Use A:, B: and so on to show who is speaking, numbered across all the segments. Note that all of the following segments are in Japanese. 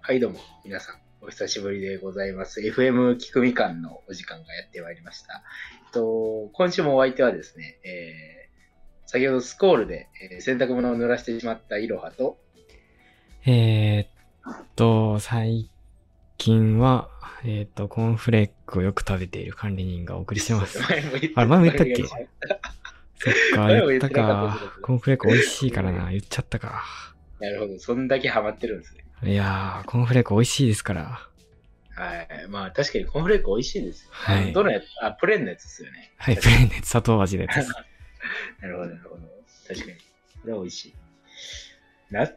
A: はいどうも、皆さん、お久しぶりでございます。FM 聞くみかんのお時間がやってまいりました。えっと、今週もお相手はですね、えー先ほどスコールで、えー洗濯物を濡らしてしまったいろはと、
B: えーっと、最近は、えーっと、コーンフレークをよく食べている管理人がお送りして ます。
A: 前も言って
B: あれ前も言ったっ
A: 前
B: け
A: も言っ
B: そっか、
A: 前も言
B: 言
A: っ
B: ってた
A: なかったけど
B: か。コーンフレーク美味しいからな、言っちゃったか。
A: たなるほど、そんだけハマってるんですね。
B: いやー、コーンフレーク美味しいですから。
A: はい。まあ確かにコーンフレーク美味しいですよ。
B: はい
A: どのやつあ、プレーンのやつですよね。
B: はい、
A: 確
B: プ
A: かに
B: レーンで砂糖味のやつです。
A: なるほど、なるほど。確かに。これは美味しい。な、美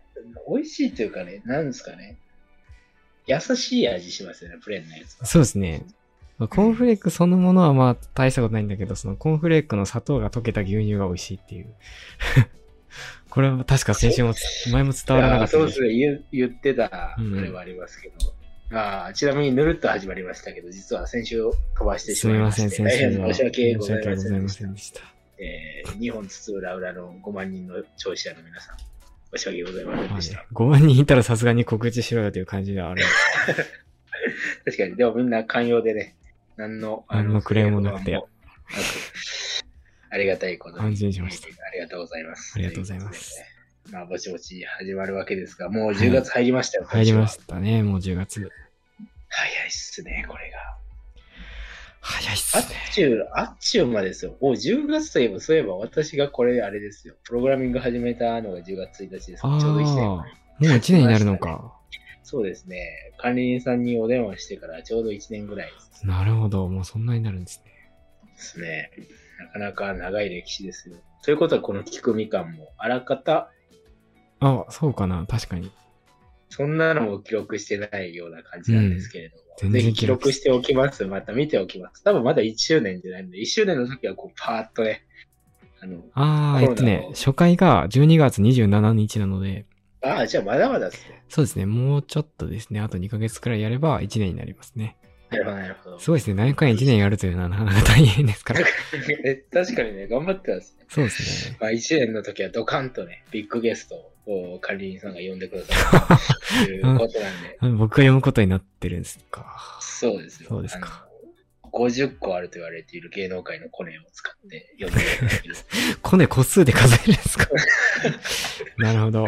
A: 味しいというかね、なんですかね。優しい味しますよね、プレーンのやつは。
B: そうですね。コーンフレークそのものはまあ大したことないんだけど、そのコーンフレークの砂糖が溶けた牛乳が美味しいっていう。 これは確か先週もつ、前も伝わらなか
A: あ
B: った、
A: そう
B: ね
A: で。すね、言う言ってた、あ
B: うん
A: れはありますけど。ああちなみにぬるっと始まりましたけど、実は先週飛ばしてし
B: す
A: まい
B: み
A: ま
B: ま
A: し
B: せ
A: て
B: ん、先
A: 大
B: 週
A: 変
B: は。
A: 申し訳ございま
B: 申し
A: せ
B: 訳
A: ん
B: ご
A: で
B: ざ
A: した
B: い。ませんでした。
A: えー、日本津々浦々の5万人の聴取者の皆さん、申し訳ございませんで
B: まあね
A: した。、
B: 5万人いたらさすがに告知しろよという感じではある。
A: 確かに、でもみんな寛容でね、何の、 あ
B: 何のクレームもなくて
A: クレームもなくありがたいことに
B: 安心しました。
A: ありがとうございます。
B: ありがとうございます
A: ということで。まあ、ぼちぼち始まるわけですが、もう10月入りましたよ、
B: 入りまし
A: 今
B: たね、もう10月。
A: 年は早いっすね、これが。
B: 早いっす
A: あ
B: ね
A: っ。ちゅう、あっちゅうまでですよ。お10月といえば、そういえば私がこれ、あれですよ。プログラミング始めたのが10月1日です。ち
B: あ
A: ょ
B: あ
A: う
B: ー、
A: ど1
B: も
A: 年。
B: う1年になるのか。
A: そうですね。管理人さんにお電話してからちょうど1年ぐらいです
B: なるほど、もうそんなになるんですね。
A: ですね。なかなか長い歴史ですよ。ということは、この聞くみかんも、あらかた、
B: あ、そうかな、確かに。
A: そんなのも記録してないような感じなんですけれども、
B: うん全
A: ぜ
B: 然
A: ひ記録しておきます。また見ておきます。多分まだ1周年じゃないので、1周年の時はこうパーッとね、あの、
B: あ
A: コ
B: あ、
A: ロナ
B: え
A: の
B: っとね、初回が12月27日なので、
A: ああ、じゃあまだまだですね。
B: そうですね、もうちょっとですね、あと2ヶ月くらいやれば1年になりますね。
A: なるほど、なるほど。
B: すごいですね、何回1年やるというのはなかなか大変ですから。
A: 確かにね、頑張ってますね。
B: そうですね。
A: まあ、1年の時はドカンとね、ビッグゲストをこう管理人さんが呼んでくださるということなんで、
B: あ僕が読むことになってるんですか。
A: そうですよ。
B: そうですか
A: あの。50個あると言われている芸能界のコネを使って呼んでいただけ る
B: コネ個数で数えるんです かなるほど。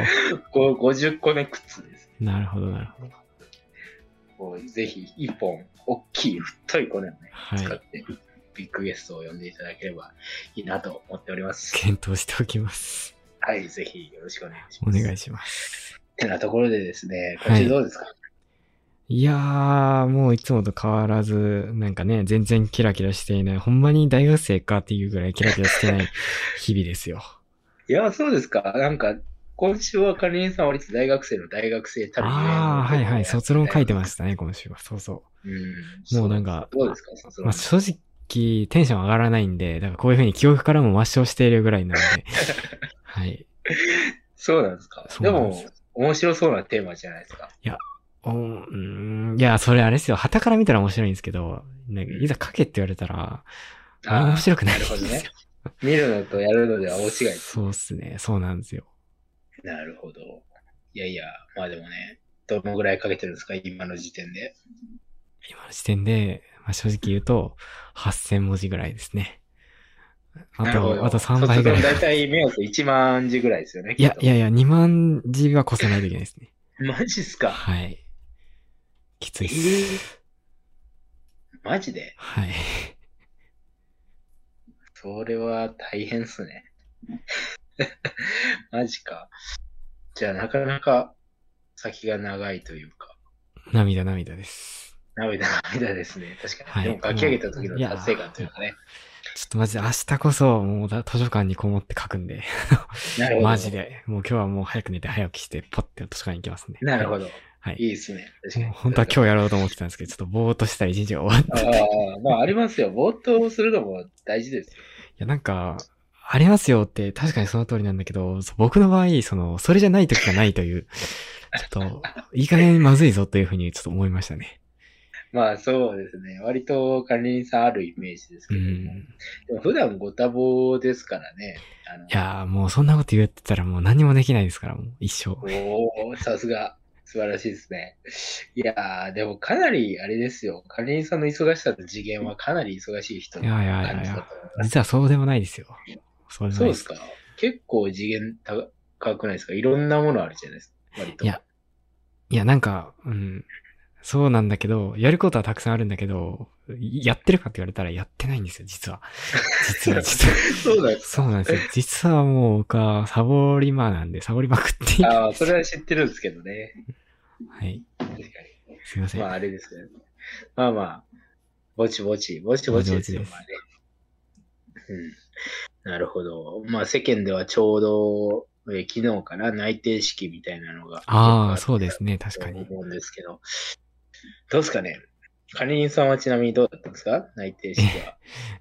A: こう50個目靴です。
B: なるほど、なるほど。
A: こうぜひ一本、大きい、太いコネをね、
B: は
A: 使っ
B: い。
A: て、ビッグゲストを呼んでいただければいいなと思っております。
B: 検討しておきます。
A: はい、ぜひよろしくお願いし
B: お
A: ます。
B: 願いします。
A: てなところでですね、今
B: はい
A: 週どうですか、
B: いやー、もういつもと変わらず、なんかね、全然キラキラしていない。ほんまに大学生かっていうぐらいキラキラし てない日々ですよ。
A: い、や、そうですか。なんか、今週は管理人さん割と大学生の大学生たるゆえの
B: あー、はいはい。卒論書いてま
A: し
B: したね、今週は。そうそ
A: うん。
B: もうなんか
A: そうどうですか、卒
B: う。
A: 論。
B: まあ、正直、テンション上がらないんで、だからこういう風に記憶からも抹消しているぐらい なので。はい。
A: そうなんですか。
B: そ
A: で
B: うなんです
A: も、面白そうなテーマじゃないですか。
B: おうーんいや、それあれですよ。旗から見たら面白いんですけど、なんかいざ書けって言われたら、あ
A: ー
B: 面白くな
A: な
B: い
A: るほど
B: で
A: ね
B: すよ。
A: 見るのとやるのでは大違いです
B: そうっすね。そうなんですよ。
A: なるほど。いやいや、まあでもね、どのぐらいかけてるんですか、今の時点で。
B: 今の時点で、まあ、正直言うと、8000文字ぐらいですね。あ
A: なるほど
B: と、あと3倍ぐらい
A: 卒。論大体目安1万字ぐらいですよね。
B: いや、いや
A: や。
B: いや、2万字は越さないといけないですね。
A: マジっすか。
B: はい。きついっ
A: えー
B: す。
A: マジで。
B: はい。
A: それは大変っすね。 マジか。じゃあなかなか先が長いというか、
B: 涙涙です。
A: 涙涙ですね。確かに。
B: はい
A: でも書き上げた時の
B: いや
A: 達成感というかね。
B: ちょっとマジで明日こそ、もうだ図書館にこもって書くんで。
A: なるほど。
B: マジ。で。もう今日はもう早く寝て早起きして、ポッて図書館に行きますね。
A: なるほど。
B: はい。
A: いいですね。確か
B: もう
A: に。
B: 本当は今日やろうと思ってたんですけど、ちょっとぼーっとした一日が終わった。い
A: ああ、まあありますよ。冒頭するのも大事ですよ。
B: や、なんか、ありますよって、確かにその通りなんだけど、そう僕の場合、その、それじゃない時がない という、ちょっと、いい加減まずいぞというふうにちょっと思いましたね。
A: まあそうですね。割と管理人さんあるイメージですけ
B: う
A: ども、
B: ん。
A: でも普段ご多忙ですからね。あの
B: いやーもうそんなこと言ってたらもう何もできないですから、もう一生。
A: おーさすが。素晴らしいですね。いやー、でもかなりあれですよ。カリンさんの忙しさと次元はかなり忙しい人の
B: いやいやいやいや
A: 感じだと思います。
B: 実はそうでもないですよ。そうでも
A: そ
B: な
A: うで
B: い
A: すか結構次元高くないですかいろんなものあるじゃないですか。割と。
B: いやいや、なんか、うん。そうなんだけど、やることはたくさんあるんだけど、いやってるかって言われたらやってないんですよ、実は。実 は、実は。
A: そうなんです
B: そうなんですよ。実はもう僕はサボりマなんで、サボりまくっている。
A: ああ、それは知ってるんですけどね。
B: はい。
A: 確か
B: すいませ
A: に。
B: ん。
A: まあ、あれですけどね。まあまあ、ぼちぼち、ぼちぼちですよ、
B: ぼちぼちです
A: まあね。うん。なるほど。まあ、世間ではちょうど、えー昨日かな、内定式みたいなのが。
B: ああ、そうですね、確かに。
A: 思うんですけど。どうですかねカリンさんはちなみにどうだったんですか内定式は。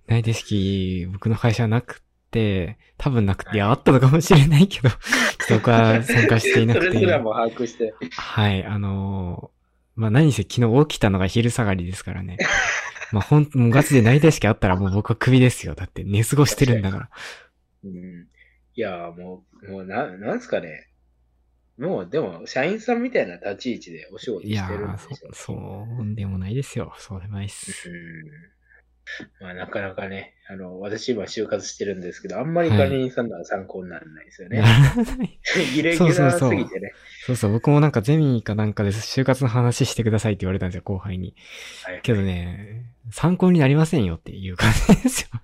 B: 内定式、僕の会社はなくて、多分なくて、いや、あったのかもしれないけど、ちょっと僕は参加していな
A: そ
B: く
A: れすら
B: て。
A: も把握して。
B: はい、あのーまあ、何せ昨日起きたのが昼下がりですから ね。まあ、ほん、もうガチで内定式あったらもう僕はクビですよ。だって寝過ごしてるんだから。
A: うん。いやー、もう、もうな、なんすかね。もう、でも、社員さんみたいな立ち位置でお仕事
B: いや
A: してるん
B: ー
A: でしょ
B: そ、そうでもないですよ。そうでもないっす。
A: うん。まあ、なかなかね、あの、私今就活してるんですけど、あんまりカリンさんのは参考にならないですよね。
B: ならない。
A: イ レギュラ
B: そうそうそう
A: ーすぎてね。
B: そうそう、僕もなんかゼミかなんかで就活の話してくださいって言われたんですよ、後輩に。
A: はい
B: けどね、参考になりませんよっていう感じですよ。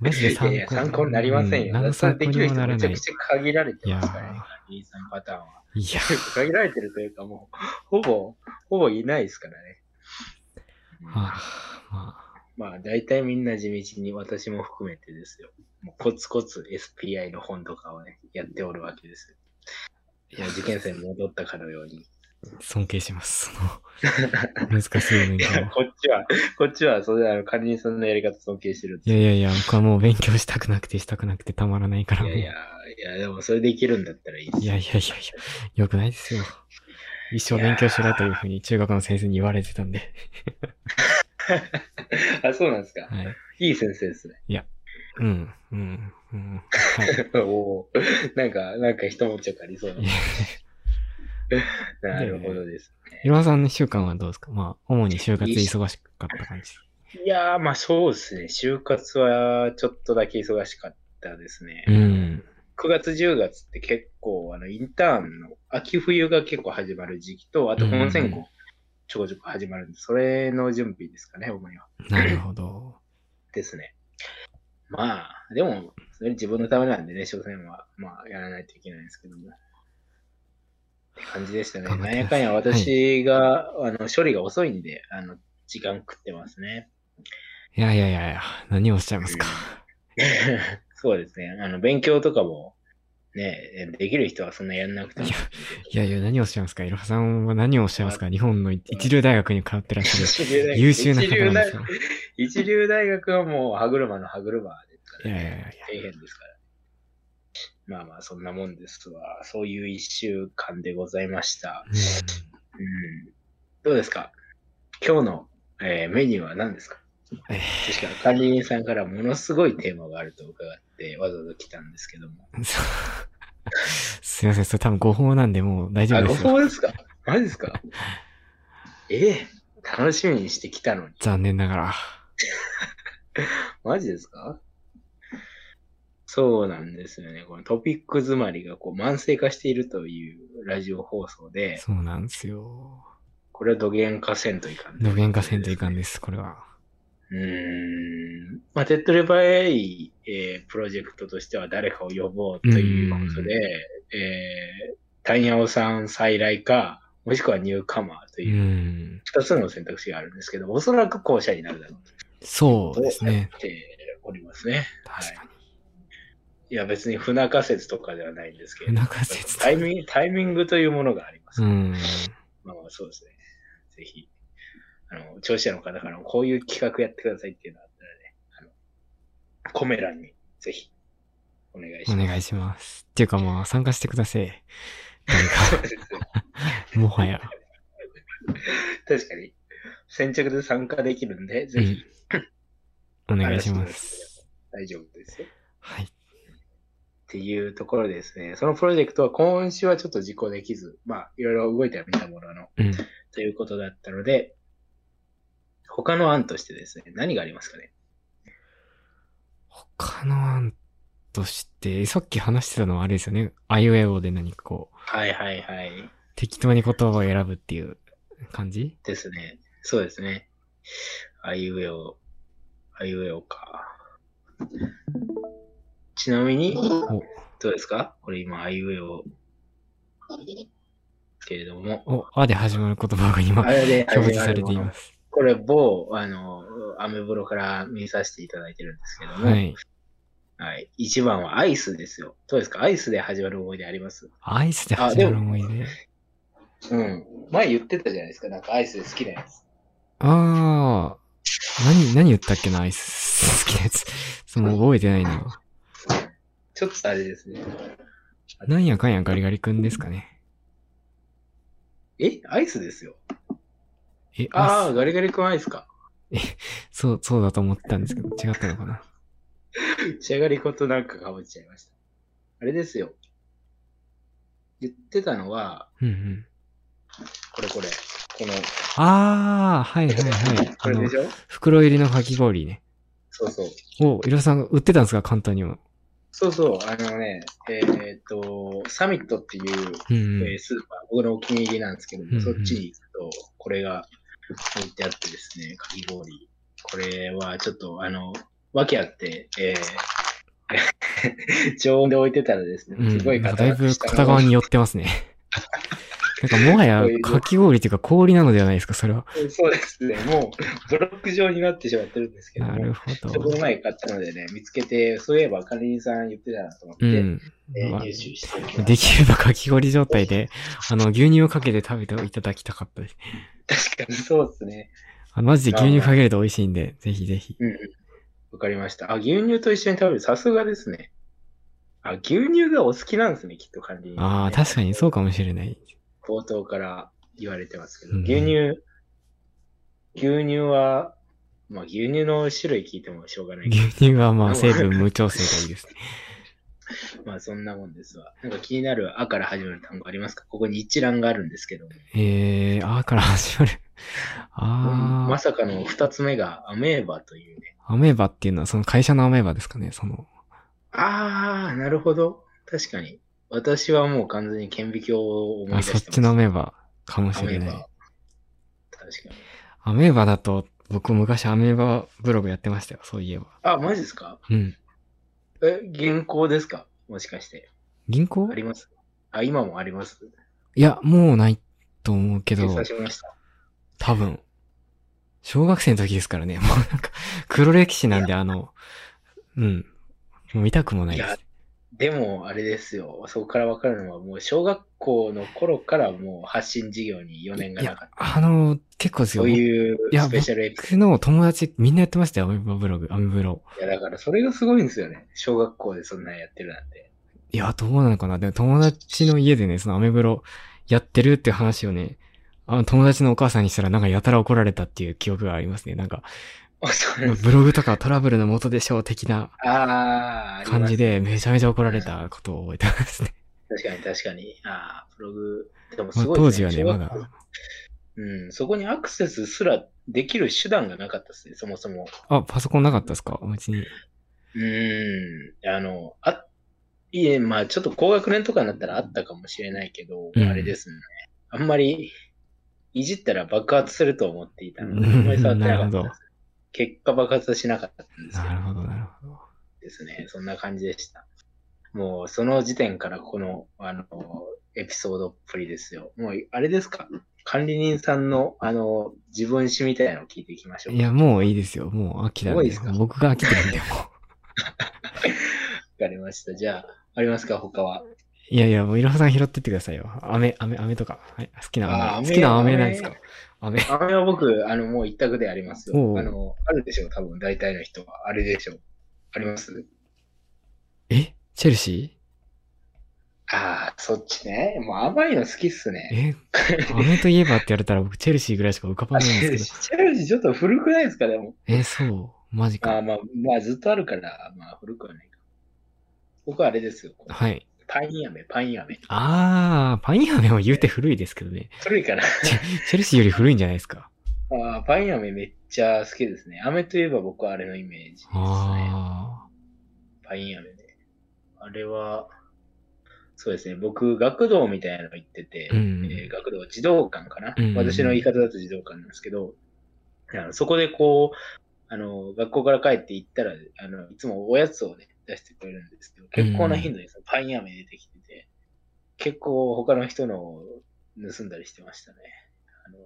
B: マジで参考
A: いやいや参考になりません
B: う
A: よ。
B: 何の
A: 雑談
B: 参考
A: で
B: に
A: きる
B: も
A: 人
B: なら
A: めち
B: な
A: ゃ
B: い。い
A: くちゃ限られてますからね
B: いや、
A: リーさんパターンは。
B: や、
A: 結構限られてるというか、もう、ほぼ、ほぼいないですからね。
B: はあ、まあ。
A: まあ、大体みんな地道に、私も含めてですよ。もうコツコツ SPI の本とかをね、やっておるわけです。もう受験生に戻ったかのように。
B: 尊敬します。その難しい勉
A: い
B: 強
A: や、
B: を。
A: こっちは、こっちは、それであの、管理人さんのやり方尊敬してるんです
B: い
A: よ
B: やいやいや、僕はもう勉強したくなくてしたくなくてたまらないからもう。
A: いやいや、いや、でもそれできるんだったらいいです。
B: いやいやいやいや、よくないですよ。一生勉強しろというふうに中学の先生に言われてたんで。
A: あ、そうなんですか。
B: はい。
A: いい先生ですね。
B: うん、うん、うん。はい。
A: おーなんか、なんか一文字がありそう
B: いや
A: な。なるほどです。
B: いろはさんの一週間はどうですかまあ、主に就活で忙しかった感じ。
A: いやー、まあそうですね。就活はちょっとだけ忙しかったですね。
B: うん。
A: 9月、10月って結構、あの、インターンの秋冬が結構始まる時期と、あと本選
B: うんう
A: 考ちょこちょこ始まるんで、それの準備ですかね、主には。
B: なるほど。
A: ですね。まあ、でも、それ自分のためなんでね、所詮は、まあ、やらないといけないんですけども。って感じでしたね。
B: 頑張っ
A: な
B: て
A: ん
B: く
A: や
B: だ
A: か
B: さ
A: んや私
B: い
A: が、あの、処理が遅いんで、あの、時間食ってますね。
B: いやいやいやいや、何をおっしゃいますか。
A: そうですね。あの、勉強とかも、ね、できる人はそんなやんなくても。
B: いやいやいや、何をおっしゃいますか。いろはさんは何をおっしゃいますか。日本の一流大学に通ってらっしゃる
A: 一流大学
B: 優秀な方なんです
A: 一流
B: よ
A: 大。一流大学はもう歯車の歯車ですか
B: い
A: ら、
B: やい
A: ね。
B: やいやいや
A: 大変ですから、まあまあ、そんなもんですわ。そういう一週間でございました。
B: うん
A: うん。どうですか今日の、えーメニューは何ですか
B: え
A: 確か管理人さんからものすごいテーマがあると伺って、わざわざ来たんですけども。
B: ーそう すいません、それ多分誤報なんで、もう大丈
A: あ、
B: 夫
A: ご
B: ですよ。
A: 報ですかマジですかええ楽しみにしてきたのに。
B: 残念ながら。
A: マジですかそうなんですよね。このトピック詰まりがこう慢性化しているというラジオ放送で、
B: そうなんですよ。
A: これは土源化せんといかん、
B: 土源化せんといかんです、これは。
A: うーん。まあ、手っ取り早い、えープロジェクトとしては誰かを呼ぼうということで、えー、タンヤオさん再来か、もしくはニューカマーと
B: う。
A: いうん二つの選択肢があるんですけど、おそらく後者になるだろう
B: そう
A: と
B: です
A: 思
B: ね。
A: っておりますね。
B: 確かに。
A: いや、別に不仲説とかではないんですけれど、
B: 中説
A: タイミングタイミングというものがあります。
B: うん。
A: まあまあそうですね。ぜひ、あの、聴者の方からもこういう企画やってくださいっていうのがあったらね、あの、コメ欄にぜひ、お願いし
B: お
A: ます。
B: 願いします。っていうかまあ、参加してください。
A: そうですね
B: もはや。
A: 確かに、先着で参加できるんで、
B: う
A: ぜ
B: ん
A: ひ、。
B: お願いします。
A: 大丈夫ですよ。
B: はい。
A: っていうところでですね、そのプロジェクトは今週はちょっと実行できず、まあ、いろいろ動いてはみたものの、
B: うん。
A: ということだったので、他の案としてですね、何がありますかね
B: 他の案として、さっき話してたのはあれですよね。あいうえおで何かこう、
A: はいはいはい。
B: 適当に言葉を選ぶっていう感じ
A: ですね。そうですね。あいうえお、あいうえおか。ちなみに、どうですかこれ今、あいうえお。けれども、
B: お、あで始まる言葉が今、
A: あれで
B: 表示されてい
A: あの
B: ます。
A: これ某、あの、アメブロから見させていただいてるんですけども、
B: はい。
A: はい。一番はアイスですよ。どうですかアイスで始まる思い出あります
B: アイスで始まる思い出。
A: うん。前言ってたじゃないですか。なんかアイスで好きなやつ。
B: あー、何、何言ったっけな、アイス好きなやつ。そう、もう覚えてないな。
A: ちょっとあれですね。
B: なんやかんやガリガリ君ですかね。
A: えアイスですよ。
B: え、
A: あ
B: ア
A: あ、
B: イ
A: ガリガリ君アイスか。
B: スそう、そうだと思ったんですけど、違ったのかな。
A: 仕上がりことなんかかぶっちゃいました。あれですよ。言ってたのは、
B: うんうん。
A: これこれ。この、
B: あー、はいはいはい。
A: こ
B: あ
A: れ
B: の
A: でし、ょ
B: 袋入りのかき氷ね。
A: そうそう。
B: お、いろさんが売ってたんですか簡単には。
A: そうそう、あのね、えーっと、サミットっていう、
B: うん
A: え
B: う
A: ースーパー、僕のお気に入りなんですけども、
B: うんうん
A: そっちに行くと、これが置いてあってですね、かき氷。これはちょっと、あの、わけあって、えー 常温で置いてたらです
B: ん。う
A: ね、
B: ん
A: すごい
B: なんか
A: 硬
B: だいぶ片側に寄ってます ね。なんかもはやかき氷っていうか氷なのではないですかそれは。
A: そうですね、もうブロック状になってしまってるんですけども、
B: なるほど
A: そ。この前買ったのでね、見つけて、そういえば管理人さん言ってたなと思って、
B: うん。
A: えー
B: まあ
A: 入手しておきました
B: できればかき氷状態で、あの、牛乳をかけて食べていただきたかったです。
A: 確かにそうですね。
B: あマジで牛乳かけると美味しいんで、ぜひぜひ。
A: うんうん。わかりました。あ、牛乳と一緒に食べる。さすがですね。あ、牛乳がお好きなんですね、きっと管理人、
B: ああ、確かにそうかもしれない。
A: 冒頭から言われてますけど、
B: うん
A: 牛乳、牛乳は、まあ牛乳の種類聞いてもしょうがないけど
B: 牛乳はまあ成分無調整がいいですね。
A: まあそんなもんですわ。なんか気になるあから始まる単語ありますかここに一覧があるんですけども。
B: えー、あーから始まる。あ
A: ま
B: ー、
A: さかの二つ目がアメーバというね。
B: アメーバっていうのはその会社のアメーバですかね、その。
A: ああ、なるほど。確かに。私はもう完全に顕微鏡を思い
B: あ、
A: 出して
B: そ
A: ま
B: っ
A: す。
B: ちのアメーバかも
A: ア
B: し
A: メ
B: れ
A: ー
B: な
A: バ
B: い。
A: 確かに。
B: アメーバだと、僕昔アメーバブログやってましたよ、そういえば。
A: あ、マジですか
B: うん。
A: え、銀行ですかもしかして。
B: 銀行
A: ありますあ、今もあります
B: いや、もうないと思うけど
A: 閉、鎖しました。
B: 多分。小学生の時ですからね、もうなんか、黒歴史なんで、あの、うん。もう見たくもないで
A: いや
B: す。
A: でも、あれですよ。そこからわかるのは、もう小学校の頃からもう発信事業に4年が
B: い
A: な
B: や
A: かった。、
B: あの、結構ですよ。
A: そういう
B: いや
A: スペシャルエピソ
B: 僕の友達、みんなやってましたよ、アメーバブログ、アメブロ。
A: ード。いや、だからそれがすごいんですよね。小学校でそんなんやってるなんて。
B: いや、どうなのかな。でも友達の家でね、そのアメブロやってるって話をね、あの友達のお母さんにしたらなんかやたら怒られたっていう記憶があり ますね。なんか、
A: あそうなんです
B: ブログとかトラブルの元でしょう的な
A: あーあります、
B: 感じで、めちゃめちゃ怒られたことを覚えてますね。
A: 確かに確かに。ああ、ブログ。でもす
B: まあ
A: ごい
B: 当
A: です
B: 時はね、
A: 小
B: ま
A: 学
B: だ
A: 校。うん、そこにアクセスすらできる手段がなかったですね、そもそも。
B: あ、パソコンなかったですかお家に。
A: うーん、あの、あ、いえ、まあちょっと高学年とかになったらあったかもしれないけど、
B: うん
A: あれですね。あんまり、いじったら爆発すると思っていたので、
B: うん
A: あんまり触ってなかった
B: なる
A: で
B: ほ
A: す。結果爆発はしなかったんですけ
B: なる
A: ど
B: ほど、なるほど。
A: ですね。そんな感じでした。もう、その時点からこの、あの、エピソードっぷりですよ。もう、あれですか管理人さんの、あの、自分史みたいなのを聞いていきましょう。
B: いや、もういいですよ。もう秋だ
A: もうい
B: ね
A: いですか。
B: 僕が飽きてるんで、もう。
A: わかりました。じゃあ、ありますか他は。
B: いやいや、もういろはさん拾ってってくださいよ。飴、飴、飴とか。はい、好きな
A: あ飴
B: 飴。好きな飴なんですか飴。
A: あれは僕、あの、もう一択であります
B: お
A: よ。
B: う
A: あの、あるでしょう、多分、大体の人は。あれでしょう。あります
B: えチェルシ
A: ああ、そっちね。もう甘いの好きっす
B: ー
A: ね。
B: え飴といえばって言われたら僕チェルシーぐらいしか浮か ば
A: あ
B: ないん
A: チェ
B: で
A: ル
B: す
A: シーチェルシーちょっと古くないですか、でも。
B: けど。え、そう。マジ
A: あ
B: か。
A: ーまあ、まあ、ずっとあるから、まあ、古くはないか。僕はあれですよ。
B: はい。
A: パイン飴、パイン飴。
B: あー、パインアメも言うて古いですけ どね。
A: 古いかな
B: チェルシーより古いんじゃないですか。
A: あーパイン飴めっちゃ好きですね。飴といえば僕はあれのイメージですね。
B: あ
A: パイン飴ね。あれは、そうですね。僕、学童みたいなの行ってて、
B: うんうん
A: えー学童児童館かな、
B: うんうん
A: 私の言い方だと児童館なんですけど、あのそこでこう、あの、学校から帰って行ったら、あの、いつもおやつをね、出してくれるんですけど、結構な頻度でそのパイン飴出てきてて、結構他の人のを盗んだりしてましたね。あの、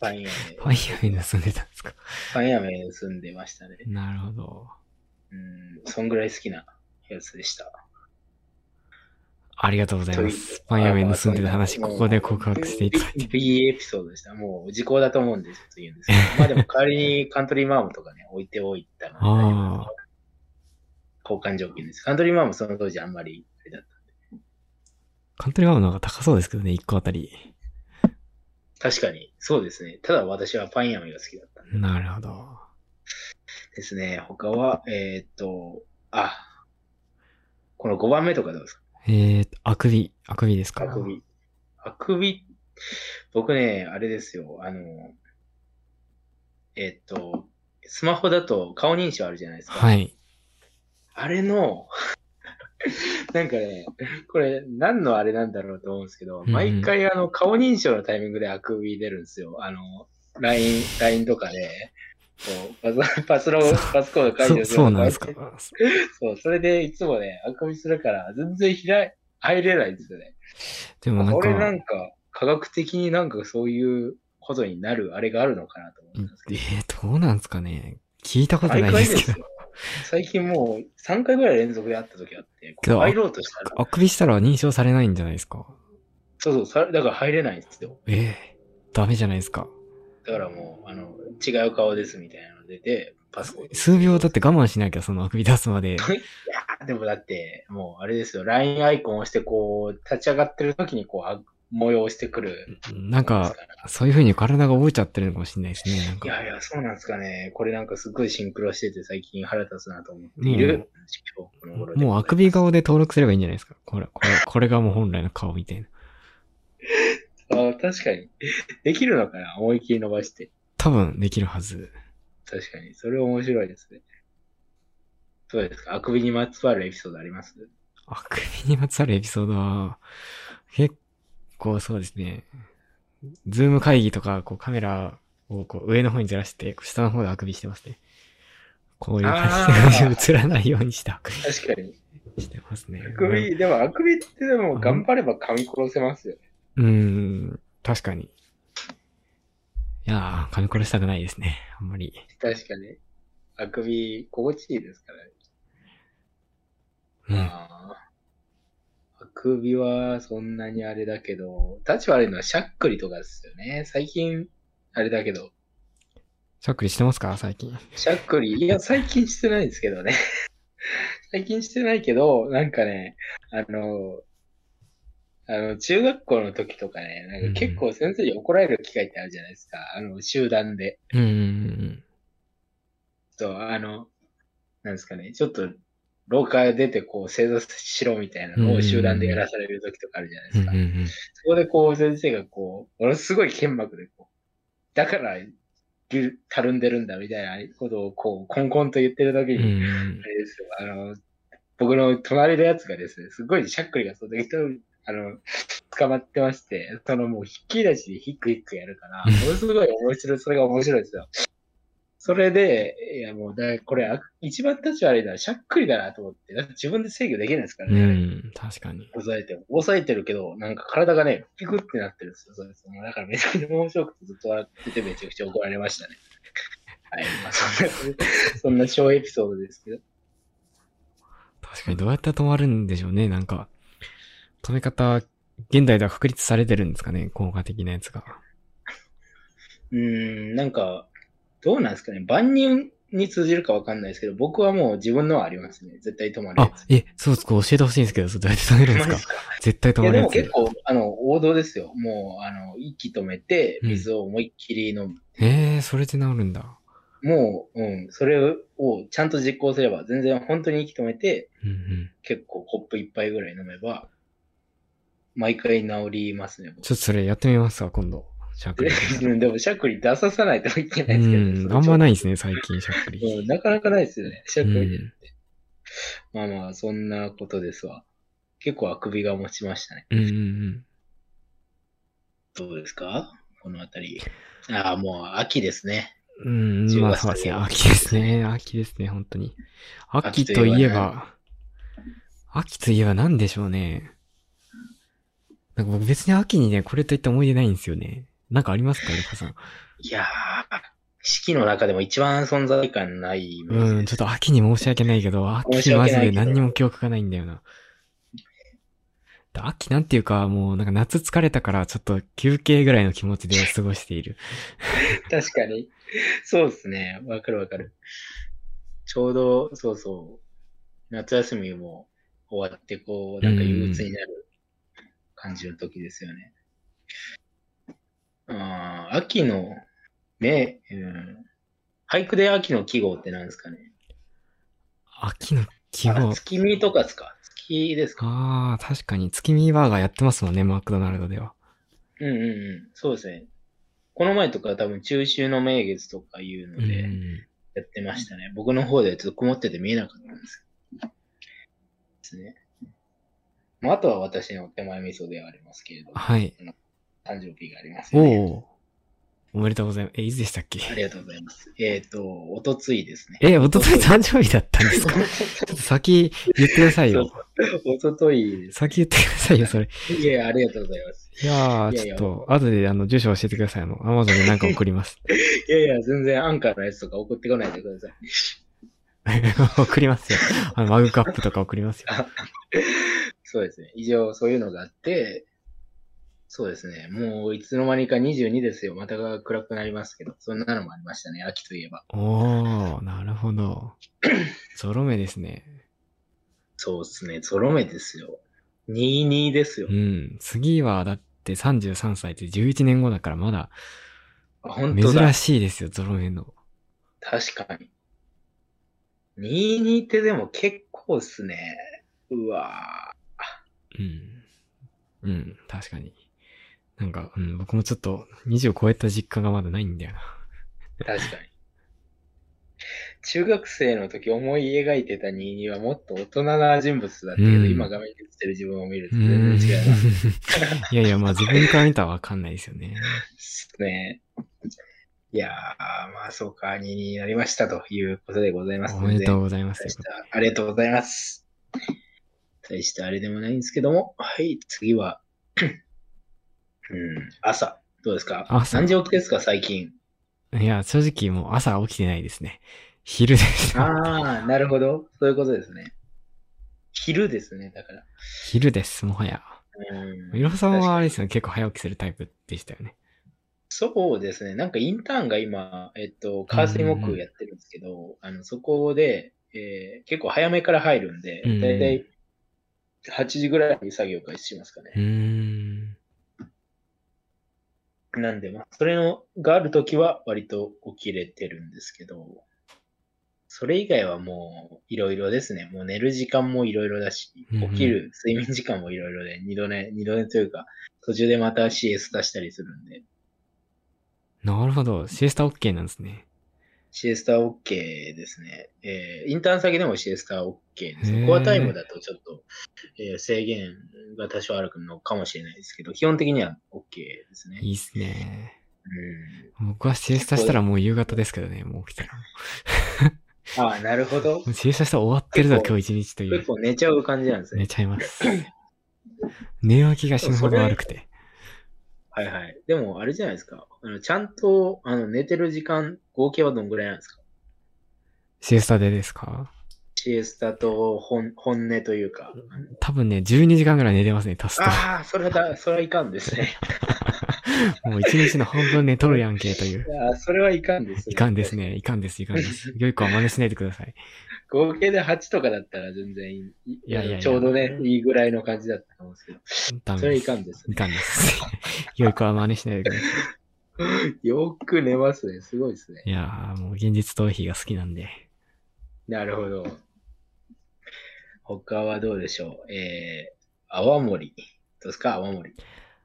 A: パイン飴
B: ー。、パインアメ盗んでたんですか。
A: パイン飴盗んでましたね。
B: なるほど。
A: うん、そんぐらい好きなやつでした。
B: ありがとうございま
A: という
B: す。パインアメ盗んでた話、
A: まあ
B: ここで告白していただいて。
A: いいエピソードでした。もう時効だと思うんで、ちょっと言うんです けど。まあでも代わりにカントリーマームとかね、置いておいたので、
B: あ
A: 交換条件です。カントリーマームその当時あんまりあれだっ
B: ー。カントリーマームの方が高そうですけどね、1個あたり。
A: た。確かに、そうですね。ただ私はパイン飴が好きだったんで
B: なるほど。
A: ですね。他は、えーっと、あ、この5番目とかどうですか
B: えーと、あくび、あくびですか
A: あくび。あくび、僕ね、あれですよ。あの、えーっと、スマホだと顔認証あるじゃないですか。
B: はい。
A: あれの、 なんかね、これ何のあれなんだろうと思うんですけど、
B: ん
A: 毎回あの顔認証のタイミングであくび出るんですよ。あの、LINE、LINE とかで、こう、パスパスロ
B: そう
A: パスコード解除
B: そ
A: る
B: う、そうなんですか。
A: そう、それでいつもね、あくびするから全然開い、入れないんですよね。
B: でもなん
A: これな
B: か、
A: んか、科学的になんかそういうことになるあれがあるのかなと思っ
B: え
A: たんですけど。
B: ー、どうなんですかね。聞いたこと
A: 毎
B: ない
A: 回
B: で
A: ですす
B: けど
A: よ。。最近もう3回ぐらい連続で会った時あって、
B: けど
A: 入ろうとしたら、
B: あくびしたら認証されないんじゃないですか。
A: そうそうさ、だから入れないんですよ。
B: ええダメじゃないですか。
A: だからもう、あの、違う顔ですみたいなので、で、パスコード。
B: 数秒だって我慢しなきゃ、そのあくび出すまで。
A: あでもだって、もうあれですよ、LINE アイコンを押して、こう、立ち上がってる時に、こうあ、模様してくる。
B: なんか、そういう風に体が覚えちゃってるのかもしれないですね。なん
A: いや
B: か、
A: いや、そうなんですかね。これなんかすごいシンクロしてて、最近腹立つなと思っている、今日この頃で
B: もうあくび。顔で登録すればいいんじゃないですか。これ、これ、これがもう本来の顔みたいな。
A: あ確かに。 できるのかな思い切り伸ばして。
B: 多分できるはず。
A: 確かに。それ面白いですね。どうですかあくびにまつわるエピソードあります
B: あくびにまつわるエピソードは、結構そうですね。ズーム会議とか、こうカメラをこう上の方にずらして、こう下の方であくびしてますね。こういう感じ
A: あ
B: で映らないようにしてあく
A: 確かに。
B: びしてますね。
A: あくび、でもあくびってでも頑張れば噛み殺せますよ。
B: うーん、確かに。いやー、噛み殺したくないですね。あんまり。
A: 確かに。あくび、心地いいですからね。
B: うん。
A: あーあくびはそんなにあれだけど、立ち悪いのはしゃっくりとかですよね。最近、あれだけど、
B: しゃっくりしてますか最近。
A: しゃっくり、いや、最近してないですけどね。 最近してないけど、なんかね、あの、あの、中学校の時とかね、なんか結構先生に怒られる機会ってあるじゃないですか。あの、集団で。
B: うんうんうん。
A: ちょっと、あの、なんですかね、ちょっと、廊下出て、こう、正座しろみたいなのを集団でやらされる時とかあるじゃないで
B: う
A: す
B: んうん
A: か。
B: うん。
A: そこで、こう、先生が、こう、ものすごい剣幕で、こう、だから、りゅたるんでるんだみたいなことを、こう、コンコンと言ってる時
B: うんう
A: に、
B: ん
A: あれですよ、あの、僕の隣のやつがですね、すごいしゃっくりがその時と、あの、捕まってまして、そのもうひっきり出しでヒックヒックやるから、ものすごい面白い、それが面白いですよ。それで、いやもうだ、これ、あ一番立ち悪いのはしゃっくりだなと思って、だって自分で制御できないですから
B: う
A: ね。
B: ん。確かに。
A: 抑えても、抑えてるけど、なんか体がね、ピクってなってるんですよ。そうです。もうだからめちゃくちゃ面白くてずっと笑っててめちゃくちゃ怒られま したね。はい。まあ、そんな、そんな小エピソードですけど。
B: 確かにどうやって止まるんでしょうね。なんか、止め方、現代では確立されてるんですかね。効果的なやつが。
A: うーん、なんか、どうなんですかね。万人に通じるかわかんないですけど、僕はもう自分のはありますね。絶対止まるや
B: あ
A: つ。、
B: え、そうです。こう教えてほしいんですけど、そうどうやって止めるんで
A: マジっ
B: すか
A: すか
B: 絶対止
A: い
B: ま
A: や、
B: る
A: で
B: や
A: も
B: つ。
A: 結構、あの、王道ですよ。もう、あの、息止めて、
B: うん
A: 水を思いっきり飲む。
B: えー、それで治るんだ。
A: もう、うん、それをちゃんと実行すれば、全然本当に息止めて、
B: うんうん。
A: 結構コップ一杯ぐらい飲めば、毎回治りますね、僕
B: ちょっとそれやってみますわ、今度。しゃっくり。
A: うんでも、しゃっくり出ささないといけないですけどね、
B: うん、あんまない
A: い、
B: ですね、最近、しゃっくり。
A: うん。なかなかないですよね、しゃ
B: う
A: っくりで。
B: ん。
A: まあまあ、そんなことですわ。結構あくびが持ちましたね。
B: うんうんうん。
A: どうですかこのあたり。ああ、もう秋ですね。
B: うん、
A: 10
B: まあ
A: 月
B: そうですね。
A: といえば
B: 秋ですね。秋ですね、本当に。秋
A: 秋
B: と
A: と
B: い
A: い
B: え
A: え
B: ば
A: ば、
B: 秋といえば何でしょうね。なんか僕別に秋にね、これといった思い出ないんですよね。なんかありますか、ルカさん。
A: いやー、四季の中でも一番存在感ないイメージ
B: うん、
A: で
B: ちょっ
A: す。
B: と秋に申し訳ないけど、
A: 申
B: 秋
A: し
B: マ
A: 訳
B: ジ
A: ない
B: で
A: けど
B: 何にも記憶がないんだよな。秋なんていうか、もうなんか夏疲れたから、ちょっと休憩ぐらいの気持ちで過ごして いる。
A: 確かに。そうですね。わかるわかる。ちょうど、そうそう。夏休みも終わって、こう、なんか憂鬱になる感じの時ですよね。ああ、秋の、ね、うん。俳句で秋の季語って何ですかね。
B: 秋の季
A: あ
B: 語。
A: 月見とかですか月ですか
B: ああ、確かに月見バーガーやってますもんね、マクドナルドでは。
A: うんうんうん。そうですね。この前とか多分中秋の名月とかいう
B: う
A: ので
B: ん。
A: やってましたね。僕の方でちょっと曇ってて見えなかったんですけど。ですね。まあ、あとは私の手前味噌ではありますけれども、
B: はい。
A: 誕生日がありますよ
B: お
A: ね。
B: お。おめでとうございます。え、いつでしたっけ
A: ありがとうございます。えっ、と、おとついですね。
B: え、おととい誕生日だったんです かちょっと先言ってくださいよ。
A: おとといで
B: 先言ってくださいよ、それ。
A: す。いや、ありがとうございます。
B: いやー、
A: いやいや
B: ちょっと、後で、あの、住所教えてください。あの、アマゾンでなんか送り ます。
A: いやいや、全然アンカーのやつとか送ってこないでください。
B: 送りますよ。あの、マグカップとか送りますよ。
A: そうですね。以上、そういうのがあって、そうですね。もう、いつの間にか22ですよ。またが暗くなりますけど、そんなのもありましたね。秋といえば。
B: おー、なるほど。ゾロ目ですね。
A: そうですね。ゾロ目ですよ。22ですよ
B: う。ん。次は、だって33歳って11年後だから、まだ、
A: あ本当だ
B: 珍。しいですよ、ゾロ目の。
A: 確かに。22ってでも結構っすね。うわ
B: うん。うん、確かに。なんか、うん、僕もちょっと、20を超えた実家がまだないんだよな。
A: ぁ。確かに。 中学生の時思い描いてた22はもっと大人な人物だったけど、
B: うん
A: 今画面に映ってる自分を見る
B: う
A: と全
B: ん。い
A: 然違うな。
B: やいや、まあ自分から見たらわかんないですよね。
A: ですね。いやー、まあそうか、2になりましたということでございます
B: お
A: ので。
B: めでとうございます
A: 大。したありがとうございます。大したあれでもないんですけども、はい、次は、 うん、朝、どうですか
B: 朝
A: 何時起きですか、最近。
B: いや、正直もう朝起きてないですね。昼でした。
A: ああ、なるほど。そういうことですね。昼ですね、だから。
B: 昼です、もはや。
A: うん
B: いろはさんはあれですよね、結構早起きするタイプでしたよね。
A: そうですね。なんかインターンが今、えっと、カー水木やってるんですけど、あの、そこで、えー結構早めから入るんで
B: うん、
A: だいたい8時ぐらいに作業開始しますか
B: うー
A: ね。
B: ん。
A: なんで、まあ、それのがあるときは割と起きれてるんですけど、それ以外はもういろいろですね。もう寝る時間もいろいろだし、
B: うんうん
A: 起きる睡眠時間もいろいろで、二度寝、二度寝というか、途中でまた CS 出したりするんで、
B: なるほど。シエスタ OK なんですね。
A: シエスタ OK ですね。えーインターン先でもシエスタ OK です
B: へー
A: ね。コアタイムだとちょっと、えー制限が多少あるのかもしれないですけど、基本的には OK ですね。
B: いいっすね。
A: う
B: 僕はシエスタしたらもう夕方ですけどね、もう起きたら。
A: ん、ああ、なるほど
B: も。うシエスタしたら終わってるぞ、
A: 結構
B: 今日一日とい
A: 結
B: う。
A: 構寝ちゃう感じなんです
B: 寝
A: ね。
B: ちゃいます。寝起きが死ぬほど悪くて。
A: はいはい。でも、あれじゃないですか。あのちゃんとあの寝てる時間、合計はどんぐらいなんですか
B: シエスタでですか
A: シエスタと本本音というか。
B: 多分ね、12時間ぐらい寝てますね、足すと。
A: ああ、それはだ、それはいかんです ね。
B: もう一日の半分寝とるやんけ、という。
A: ああ、それはいかんですね。
B: いかんですね。いかんです。いかんです。良い子は真似しないでください。
A: 合計で8とかだったら全然いい。い
B: いやいやいや
A: ちょうどね、いいぐらいの感じだったと思うんですけど。
B: ダメ
A: それ
B: で
A: い
B: す
A: か。んです
B: い
A: ね。
B: かんです。良い子は真似しないでください。
A: よく寝ますね。すごいですね。
B: いやー、もう現実逃避が好きなんで。
A: なるほど。他はどうでしょう。えー、泡盛。どうですか泡盛。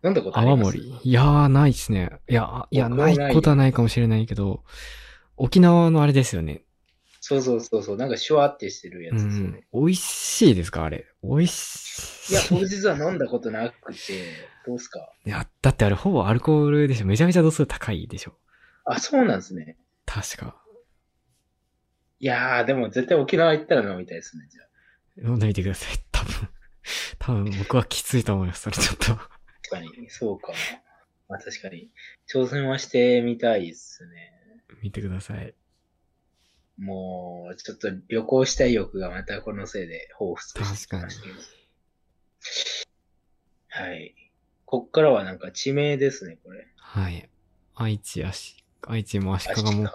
A: 飲んだことあり
B: 泡
A: ます
B: 盛。いやー、ないっすね。いや、あいや、
A: 僕
B: な
A: もない
B: いことはないかもしれないけど、沖縄のあれですよね。
A: そうそうそうそう。なんかシュワってしてるや
B: う
A: つですよ
B: ん
A: ね。。
B: 美味しいですかあれ。美味
A: いや、
B: しい。
A: 僕実は飲んだことなくて、どうですか
B: いや、だってあれほぼアルコールでしょ。めちゃめちゃ度数高いでしょ。
A: あ、そうなんですね。
B: 確か。
A: いやー、でも絶対沖縄行ったら飲みたいですね、じゃあ。
B: 飲んでみてください。 多分。多分僕はきついと思います。それちょっと。
A: 確かに、そうか。まあ確かに、挑戦はしてみたいですね。
B: 見てください。
A: もう、ちょっと旅行したい欲がまたこのせいで彷彿としてきましたけど。はい。こっからはなんか地名ですね、これ。
B: はい。愛知、足、愛知も足
A: 足
B: 利
A: 利
B: も、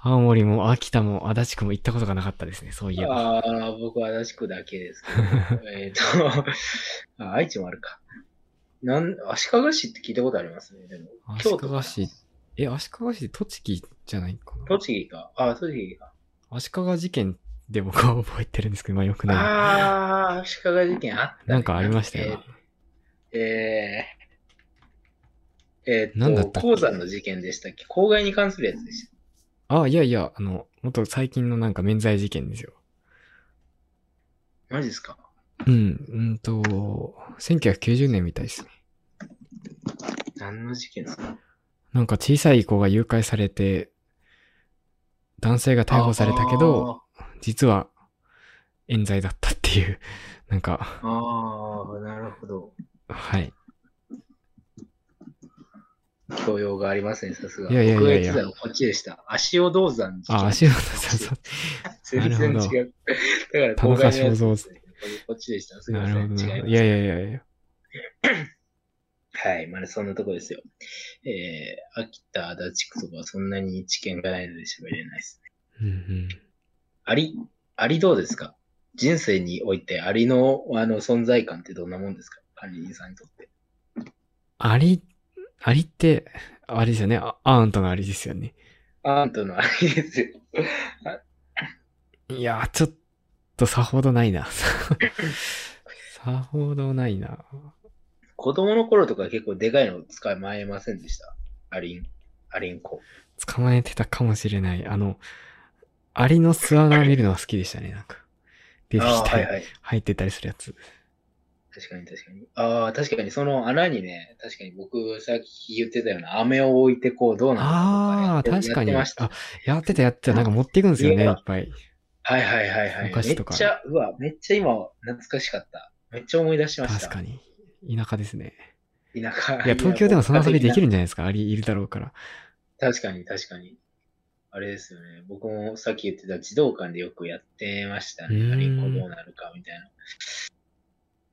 B: 青森も秋田も足立区も行ったことがなかったですね。そういえば。
A: ああー、僕は足立区だけですけ ど。えっと、 あ愛知もあるか。なん、足利市って聞いたことありますね。でも、
B: 足
A: 京都かな
B: 利市、え、足利市って栃木じゃないかな。
A: 栃木か。ああ、栃木か。
B: 足利事件で僕は覚えてるんですけど、まあよくな
A: ああ、足利事件あった、
B: い。なんかありましたよね。
A: えー、えー
B: なんだ
A: っ
B: っ
A: と、
B: たっけ
A: 鉱山の事件でしたっけ公害に関するやつでした。
B: あ、いやいや、あの、もっと最近のなんか免罪事件ですよ。
A: マジですか
B: うん、うんと、1990年みたいですね。
A: 何の事件ですか
B: なんか小さい子が誘拐されて、男性が逮捕されたけど、、実は冤罪だったっていう、 なんか、
A: あーあー、なるほど。
B: はい。
A: 教養がありますね、さすが。
B: いやいやいやい
A: 僕が言
B: や
A: ってたのはこっちでした。足尾銅山の事件。
B: あ、足を、そうそう。
A: 全然
B: なるほ
A: 違う。だから、
B: 田中
A: 公害のやつ
B: 正
A: で
B: 造
A: すね。こっちでした。すみま
B: な
A: せ
B: るほど
A: ん。違いま
B: な
A: す
B: るほど。いやいやいやいや。
A: はい、まだそんなとこですよ。えー、秋田、足立区とかはそんなに知見がないので喋れないです。
B: うんうん。
A: アリ、アリどうですか人生においてアリのあの存在感ってどんなもんですか管理人さんにとって。
B: アリ、アリって、あれですよね。あアーンとのアリですよね。
A: アントのアリですよ。
B: いやー、ちょっとさほどないな。 さほどないな。
A: 子供の頃とか結構でかいの使いまえませんでした。アリン、アリンコ。
B: 捕まえてたかもしれない。あの、アリの巣穴見るのは好きでしたね、なんか。出て
A: あ
B: き
A: あー、
B: た
A: はい
B: り、
A: はい。
B: 入ってったりするやつ。
A: 確かに確かに。ああ、確かにその穴にね、確かに僕さっき言ってたような飴を置いてこうどうなの
B: ああ、
A: とやって
B: 確かに。
A: やって
B: あ
A: ました。、
B: やってたやってた。なんか持っていくんですよね、
A: 家
B: い
A: が
B: っぱい。
A: はいはいはいはい。
B: お
A: め
B: 菓
A: っ
B: 子とか
A: ちゃ、うわ、めっちゃ今懐かしかった。めっちゃ思い出しました。
B: 確かに。田舎ですね。
A: 田舎。
B: いや、東京でもその遊びでき
A: る
B: るんじゃないですか。アリいるだろうから。
A: 確かに、確かに。あれですよね。僕もさっき言ってた児童館でよくやってました
B: うーん
A: ね。アリンコどうなるかみたいな。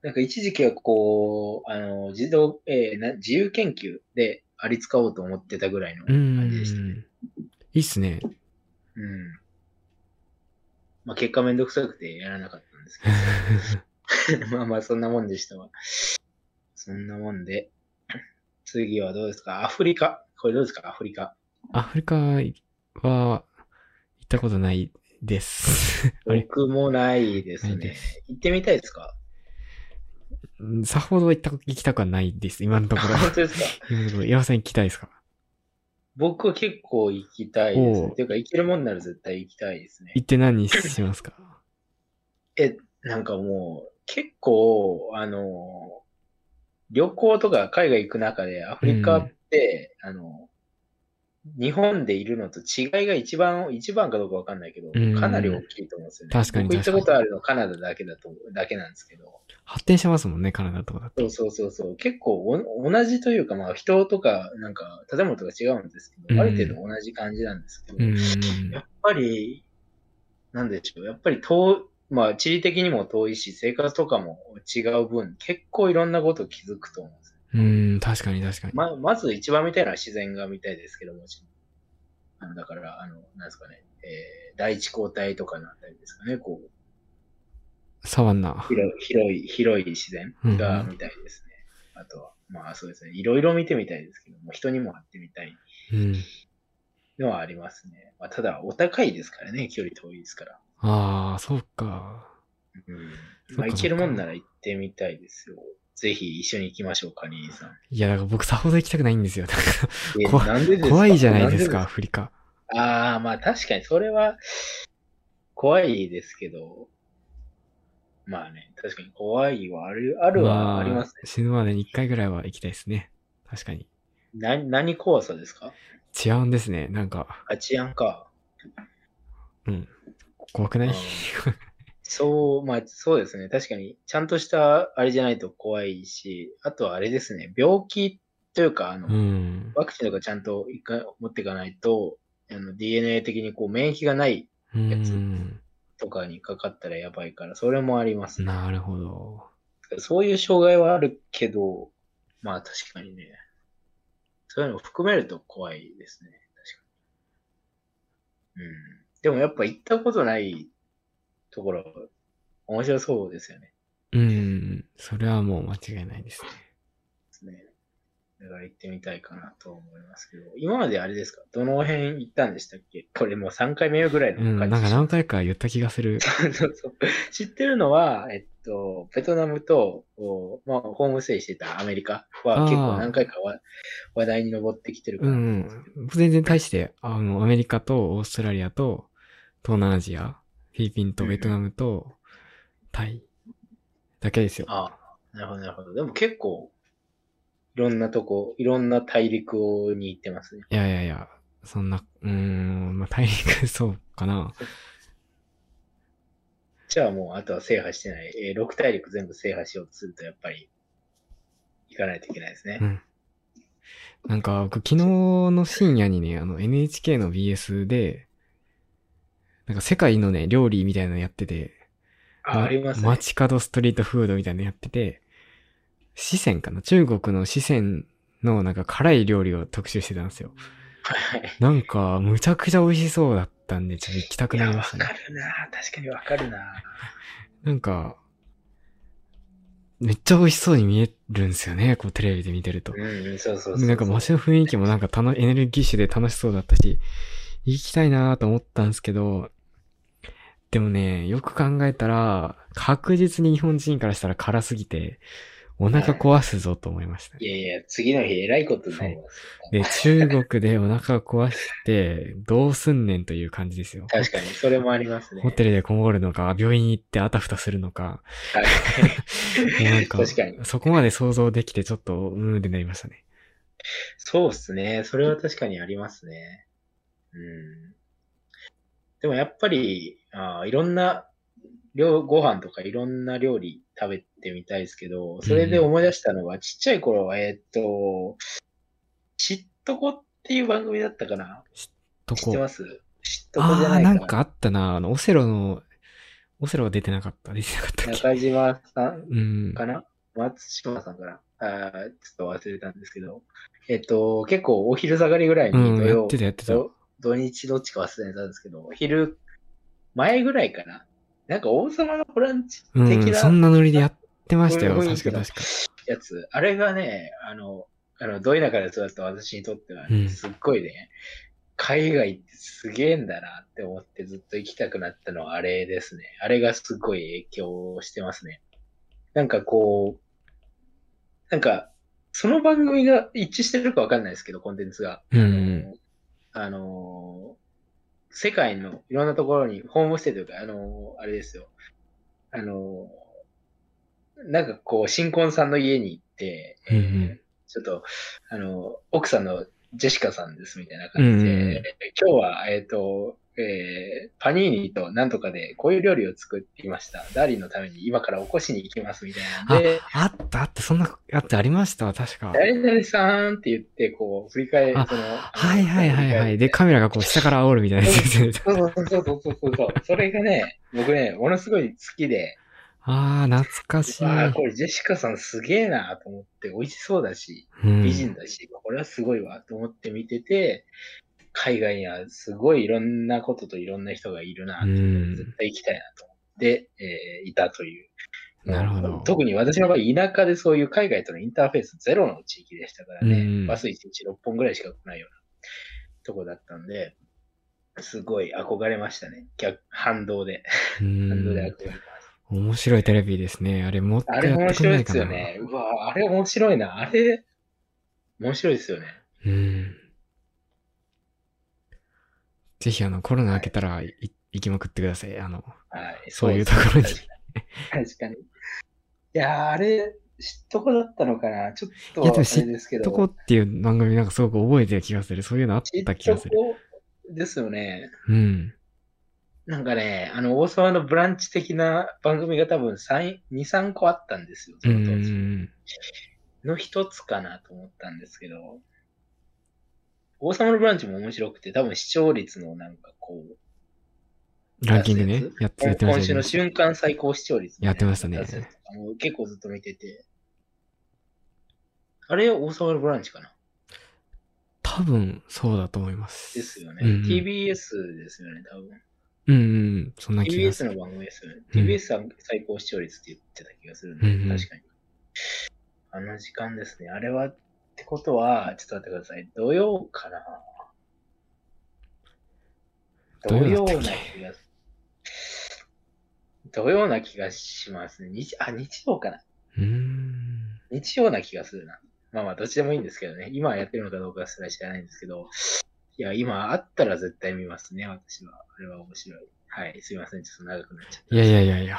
A: なんか一時期はこう、あの、児童、えーな自由研究でアリ使おうと思ってたぐらいの
B: うー
A: 感じでしたね。
B: ん。いいっすね。
A: うん。まあ結果めんどくさくてやらなかったんですけど。 まあまあ、そんなもんでしたわ。そんなもんで。次はどうですかアフリカ。これどうですかアフリカ。
B: アフリカは行ったことないです。あれ
A: 僕もないです
B: ない
A: ね
B: で。
A: 行ってみたいです か
B: うんさほど行った行きたくはないです、今のとこ ろ。
A: 本当ですか
B: 今のところ、岩さん行きたいですか
A: 僕は結構行きたいです、
B: お
A: ね。
B: う
A: ていうか、行けるもんなら絶対行きたいですね。
B: 行って何しますか
A: え、なんかもう、結構、あの、旅行とか海外行く中で、アフリカって、あの、日本でいるのと違いが一番、一番かどうかわかんないけど、
B: うん
A: かなり大きいと思うんですよね。
B: 確かに
A: 僕行った
B: 確か
A: こと
B: に
A: あるのカナダだけだと、だけなんですけど。
B: 発展してますもんね、カナダとかだと。
A: そうそうそうそう。結構お同じというか、まあ人とか、なんか建物とか違うんですけ
B: うん
A: ど、ある程度同じ感じなんですけど、
B: うんうん
A: やっぱり、なんでしょう。やっぱり遠い、まあ地理的にも遠いし、生活とかも違う分、結構いろんなこと気づくと思うんですよ。
B: うん。うん、確かに確かに。
A: ままず一番見たいのは自然が見たいですけどもちろん、あのだから、あの、なんですかね、えー、第一交代とかのあたりですかね、こう、
B: サバンナ。
A: 広い、広い、広い自然が見たいですね。あとは、まあそうですね、いろいろ見てみたいですけども、人にも会ってみたい。
B: うん。
A: のはありますね。まあ、ただ、お高いですからね、距離遠いですから。
B: ああ、そうか。
A: うん。
B: そっ
A: まあ、
B: か
A: 行けるもんなら行ってみたいですよ。ぜひ一緒に行きましょうか、カニーさん。
B: いや、だから僕さほど行きたくないんですよ。だか
A: え
B: 怖い
A: なんでです
B: ら
A: か
B: 怖いじゃないですか、
A: ん
B: ア
A: で
B: フリカ。
A: ですかああ、まあ確かにそれは怖いですけど、まあね、確かに怖いはある、ある
B: ま
A: はありますね。
B: 死ぬまでに1回ぐらいは行きたいですね。確かに。
A: な、何怖さですか
B: 治安ですね。なんか、
A: あ、治安か。
B: 怖くない、
A: うんそう、まあそうですね。確かに、ちゃんとしたあれじゃないと怖いし、あとはあれですね、病気というか、あの、
B: うん。
A: ワクチンとかちゃんと一回持っていかないと、あの DNA 的にこう免疫がない
B: うん。
A: とかにかかったらやばいから、それもありますね。
B: なるほど。
A: そういう障害はあるけど、まあ確かにね、そういうのを含めると怖いですね。確かに。うん。でもやっぱ行ったことないところ、面白そうですよね。
B: うん。それはもう間違いないですね。
A: ですね。だから行ってみたいかなと思いますけど、今まであれですかどの辺行ったんでしたっけこれもう3回目ぐらいの
B: うん。なん
A: で
B: か
A: した
B: 何回か言った気がする。
A: そうそう知ってるのは、えっと、ベトナムと、こうまあ、ホームステイしてたアメリカは
B: あー
A: 結構何回かわ話題に上ってきてるか
B: う
A: ら、
B: ん。僕全然対して、あの、アメリカとオーストラリアと東南アジア、フィリピンとベトナムとタイだけですよ。
A: ああ、なるほど、なるほど。でも結構、いろんなとこ、いろんな大陸に行ってますね。
B: いやいやいや、そんな、うーん、まあ、大陸そうかな。
A: じゃあもう、あとは制覇してない。え6大陸全部制覇しようとすると、やっぱり、行かないといけないですね
B: う。ん。なんか、僕昨日の深夜にね、あの NHK の BS で、なんか世界のね、料理みたいなのやってて、
A: あ、
B: ま
A: ありますね。
B: 街角ストリートフードみたいなのやってて、四川かな中国の四川のなんか辛い料理を特集してたんですよ。
A: はい。
B: なんか、むちゃくちゃ美味しそうだったんで、ちょっと行きたく
A: い
B: な
A: や、
B: り
A: わ
B: ました
A: か
B: ね。
A: るな。確かにわかるな。
B: なんか、めっちゃ美味しそうに見えるんですよね、こうテレビで見てると。
A: うん、そうそうそう
B: でなんか街の雰囲気もなんか楽エネルギッシュで楽しそうだったし、行きたいなと思ったんですけど、でもね、よく考えたら、確実に日本人からしたら辛すぎて、お腹壊すぞと思いました。
A: いやいや、次の日、えらいことになりますよ。
B: で、中国でお腹壊して、どうすんねんという感じですよ。
A: 確かに、それもありますね。
B: ホテルでこもるのか、病院行ってあたふたするのか、
A: はい
B: もう なんか
A: 確かに。
B: そこまで想像できてちょっと、うーんってなりましたね。
A: そうっすね。それは確かにありますね。うん。でもやっぱり、あーいろんな料、ご飯とかいろんな料理食べてみたいですけど、それで思い出したのは、ちっちゃい頃は、えーっと、知っとこっていう番組だったかな
B: と
A: 知
B: こ。
A: ってます知っとこじゃな
B: ああ、
A: いかな
B: な
A: ん
B: かあったな。あの、オセロの、オセロは出てなかった。出てなかったっけ
A: 中島さん
B: うん。
A: かな松島さんかなあーちょっと忘れたんですけど、えっと、結構お昼下がりぐらいうに土
B: ん、や
A: 曜、
B: ってた、やってた。
A: 土土日どっちか忘れたんですけど、昼前ぐらいかななんか王様のブランチ
B: う
A: 的
B: ん、そ
A: なん
B: なノリでやってましたよ。
A: そういう雰囲
B: 確
A: 気だ
B: か確か。
A: やつ、あれがね、あの、あの、ど田舎で育った私にとっては、
B: うん
A: すっごいね、海外ってすげえんだなって思ってずっと行きたくなったのはあれですね。あれがすごい影響してますね。なんかこう、なんか、その番組が一致してるかわかんないですけど、コンテンツが。
B: うん
A: あの、あの世界のいろんなところにホームステイというか、あの、あれですよ。あの、なんかこう、新婚さんの家に行って、えー
B: うんうん
A: ちょっと、あの、奥さんのジェシカさんですみたいな感じで、
B: うんうんうん
A: 今日は、えっ、と、えーパニーニとなんとかでこういう料理を作っていました。ダーリンのために今から起こしに行きますみたいな
B: あ
A: んで、、
B: あった、あった、そんな、あってありましたわ、確か。
A: 誰々さんって言って、こう、振り返り、
B: あ
A: その、
B: はいはいはいはい。で、カメラがこう下から煽るみたいなやつですよ ね
A: そうそうそうそうそうそうそう。それがね、僕ね、ものすごい好きで、
B: ああ、懐かしい。
A: ああ、これジェシカさんすげえなと思って、美味しそうだし、
B: うん
A: 美人だし、これはすごいわと思って見てて、海外にはすごいいろんなことといろんな人がいるな、
B: うん
A: 絶対行きたいなと思って、えーいたという。
B: なるほど。
A: 特に私の場合、田舎でそういう海外とのインターフェースゼロの地域でしたからね、
B: うん
A: バス1日6本ぐらいしか来ないようとこだったんで、すごい憧れましたね。逆、反動で。
B: う
A: 反動で憧れ
B: ん。
A: まし
B: 面白いテレビですね。あれ、もっと
A: た。
B: や
A: あ
B: っ
A: れ
B: てくんな
A: 面白い
B: いかな
A: ですよね。うわ、あれ面白いな。あれ、面白いですよね。
B: うん。ぜひ、あの、コロナ明けたら、い行きまくってください。あの、
A: はい。
B: そういうとこ
A: そう
B: ろに
A: ですね確かに。確かに。いやー、あれ、知っとこだったのかな。ちょっと、
B: いやでも
A: あれですけ
B: と
A: ど。
B: こっていう番組なんかすごく覚えてる気がする。そういうのあっ
A: 知ったと
B: 気がする。
A: こですよね。
B: うん。
A: なんかね、あの、王様のブランチ的な番組が多分3、2、3個あったんですよ、
B: う
A: そ
B: ん
A: の
B: うんう
A: 当時。
B: ん。
A: の一つかなと思ったんですけど、王様のブランチも面白くて、多分視聴率のなんかこう、
B: ランキングね
A: や。
B: やって、やってま
A: 今
B: し
A: 週
B: た
A: の
B: ね。
A: 瞬間最高視聴率、
B: やってましたね
A: 出すやつとかも結構ずっと見てて。あれ、王様のブランチかな
B: 多分、そうだと思います。
A: ですよね。
B: うんうん
A: TBS ですよね、多分。
B: うんうんうん。そんな気がす
A: TBS
B: る。
A: の番組ですよね。
B: うん
A: TBS さん最高視聴率って言ってた気がするんで、
B: うんうん
A: 確かに。あの時間ですね。あれは、ってことは、ちょっと待ってください。土曜かな
B: 土
A: 土
B: 曜
A: 曜
B: だ
A: な
B: ったっけ
A: 気が土曜な気がしますね。日、あ、日曜かな
B: うーん。
A: 日曜な気がするな。まあまあ、どっちでもいいんですけどね。今やってるのかどうかすら知らないんですけど。いや、今あったら絶対見ますね、私は。あれは面白い。はい、すいません。ちょっと長くなっちゃった。
B: いやいやいやいや。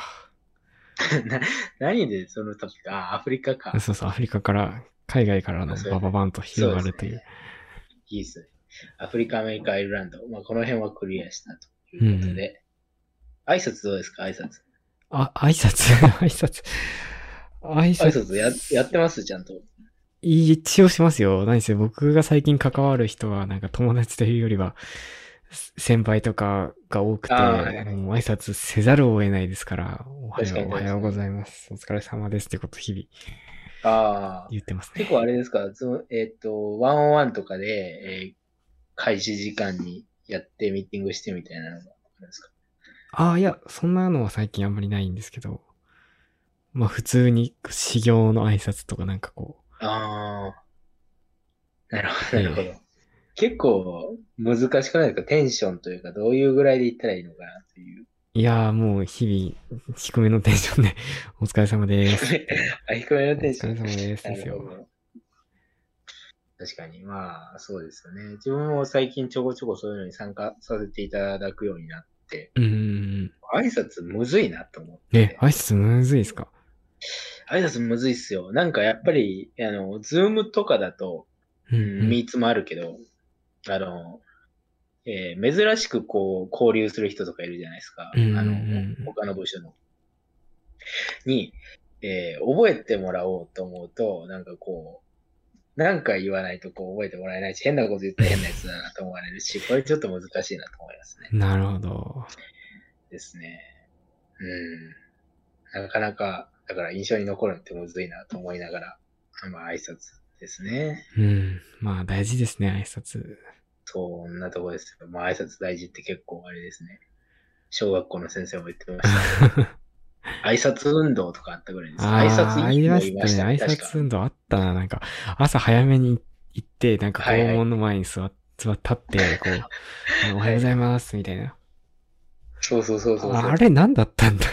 A: 何でその時か、あアフリカか。
B: そうそう、アフリカから、海外からの
A: そう
B: バババンと広がるという。
A: いいですね。アフリカ、アメリカ、アイルランド。まあ、この辺はクリアしたということで。挨拶どうですか挨拶。
B: あ、挨拶、 挨拶。挨
A: 挨
B: 拶。
A: 拶ややってますちゃんと。
B: 一応しますよ。何せ僕が最近関わる人は、なんか友達というよりは、せ先輩とかが多くて、
A: あーはいはい
B: もう挨拶せざるを得ないですから、おは
A: 確か
B: よ
A: に
B: う、おはようございます。お疲れ様ですってことを日々
A: ああ。
B: 言ってますね。
A: 結構あれですか、ずえっ、と、ワンオンワンとかで、えー開始時間にやってミーティングしてみたいなのがあるんですか
B: ああ、いや、そんなのは最近あんまりないんですけど、まあ普通に修行の挨拶とかなんかこ
A: ああ。なるほど、なるほど。結構難しくないですかテンションというか、どういうぐらいでいったらいいのかなという。
B: う、いやーもう日々低めのテンションで、お疲れ様です。
A: あ、低め
B: お
A: のテンショ
B: 疲れ
A: ン。
B: 様です。
A: な
B: です
A: るほ
B: よ。
A: ど。確かに、まあ、そうですよね。自分も最近ちょこちょこそういうのに参加させていただくようになって、
B: うんうんうん。
A: 挨拶むずいなと思って。
B: え、挨拶むずいですか
A: 挨拶むずいっすよ。なんかやっぱり、あの、ズームとかだと、
B: うんうん
A: ミーツもあるけど、あの、えー珍しくこう、交流する人とかいるじゃないですか。あ
B: うんうんうん
A: の、他の部署の。に、えー覚えてもらおうと思うと、なんかこう、なんか言わないとこう覚えてもらえないし、変なこと言ったら変なやつだなと思われる し、これちょっと難しいなと思いますね。
B: なるほど。
A: ですね。うん。なかなか、だから印象に残るのってむずいなと思いながら、まあ挨拶ですね。
B: うん。まあ大事ですね、挨拶。
A: そんなとこですよ。まあ挨拶大事って結構あれですね。小学校の先生も言ってま したけど。挨拶運動とかあったぐらいです。 挨拶
B: あ
A: い
B: り
A: い
B: ま
A: って言い
B: し
A: ま
B: た
A: したね。
B: ね。挨
A: 確
B: 拶
A: か。
B: 運動あったな。なんか、朝早めに行って、なんか
A: はいはい
B: 校門の前に座っ座立って、こう、あのおはようございます、みたいな。
A: そうそうそうそうそう。
B: あれ何だったんだろ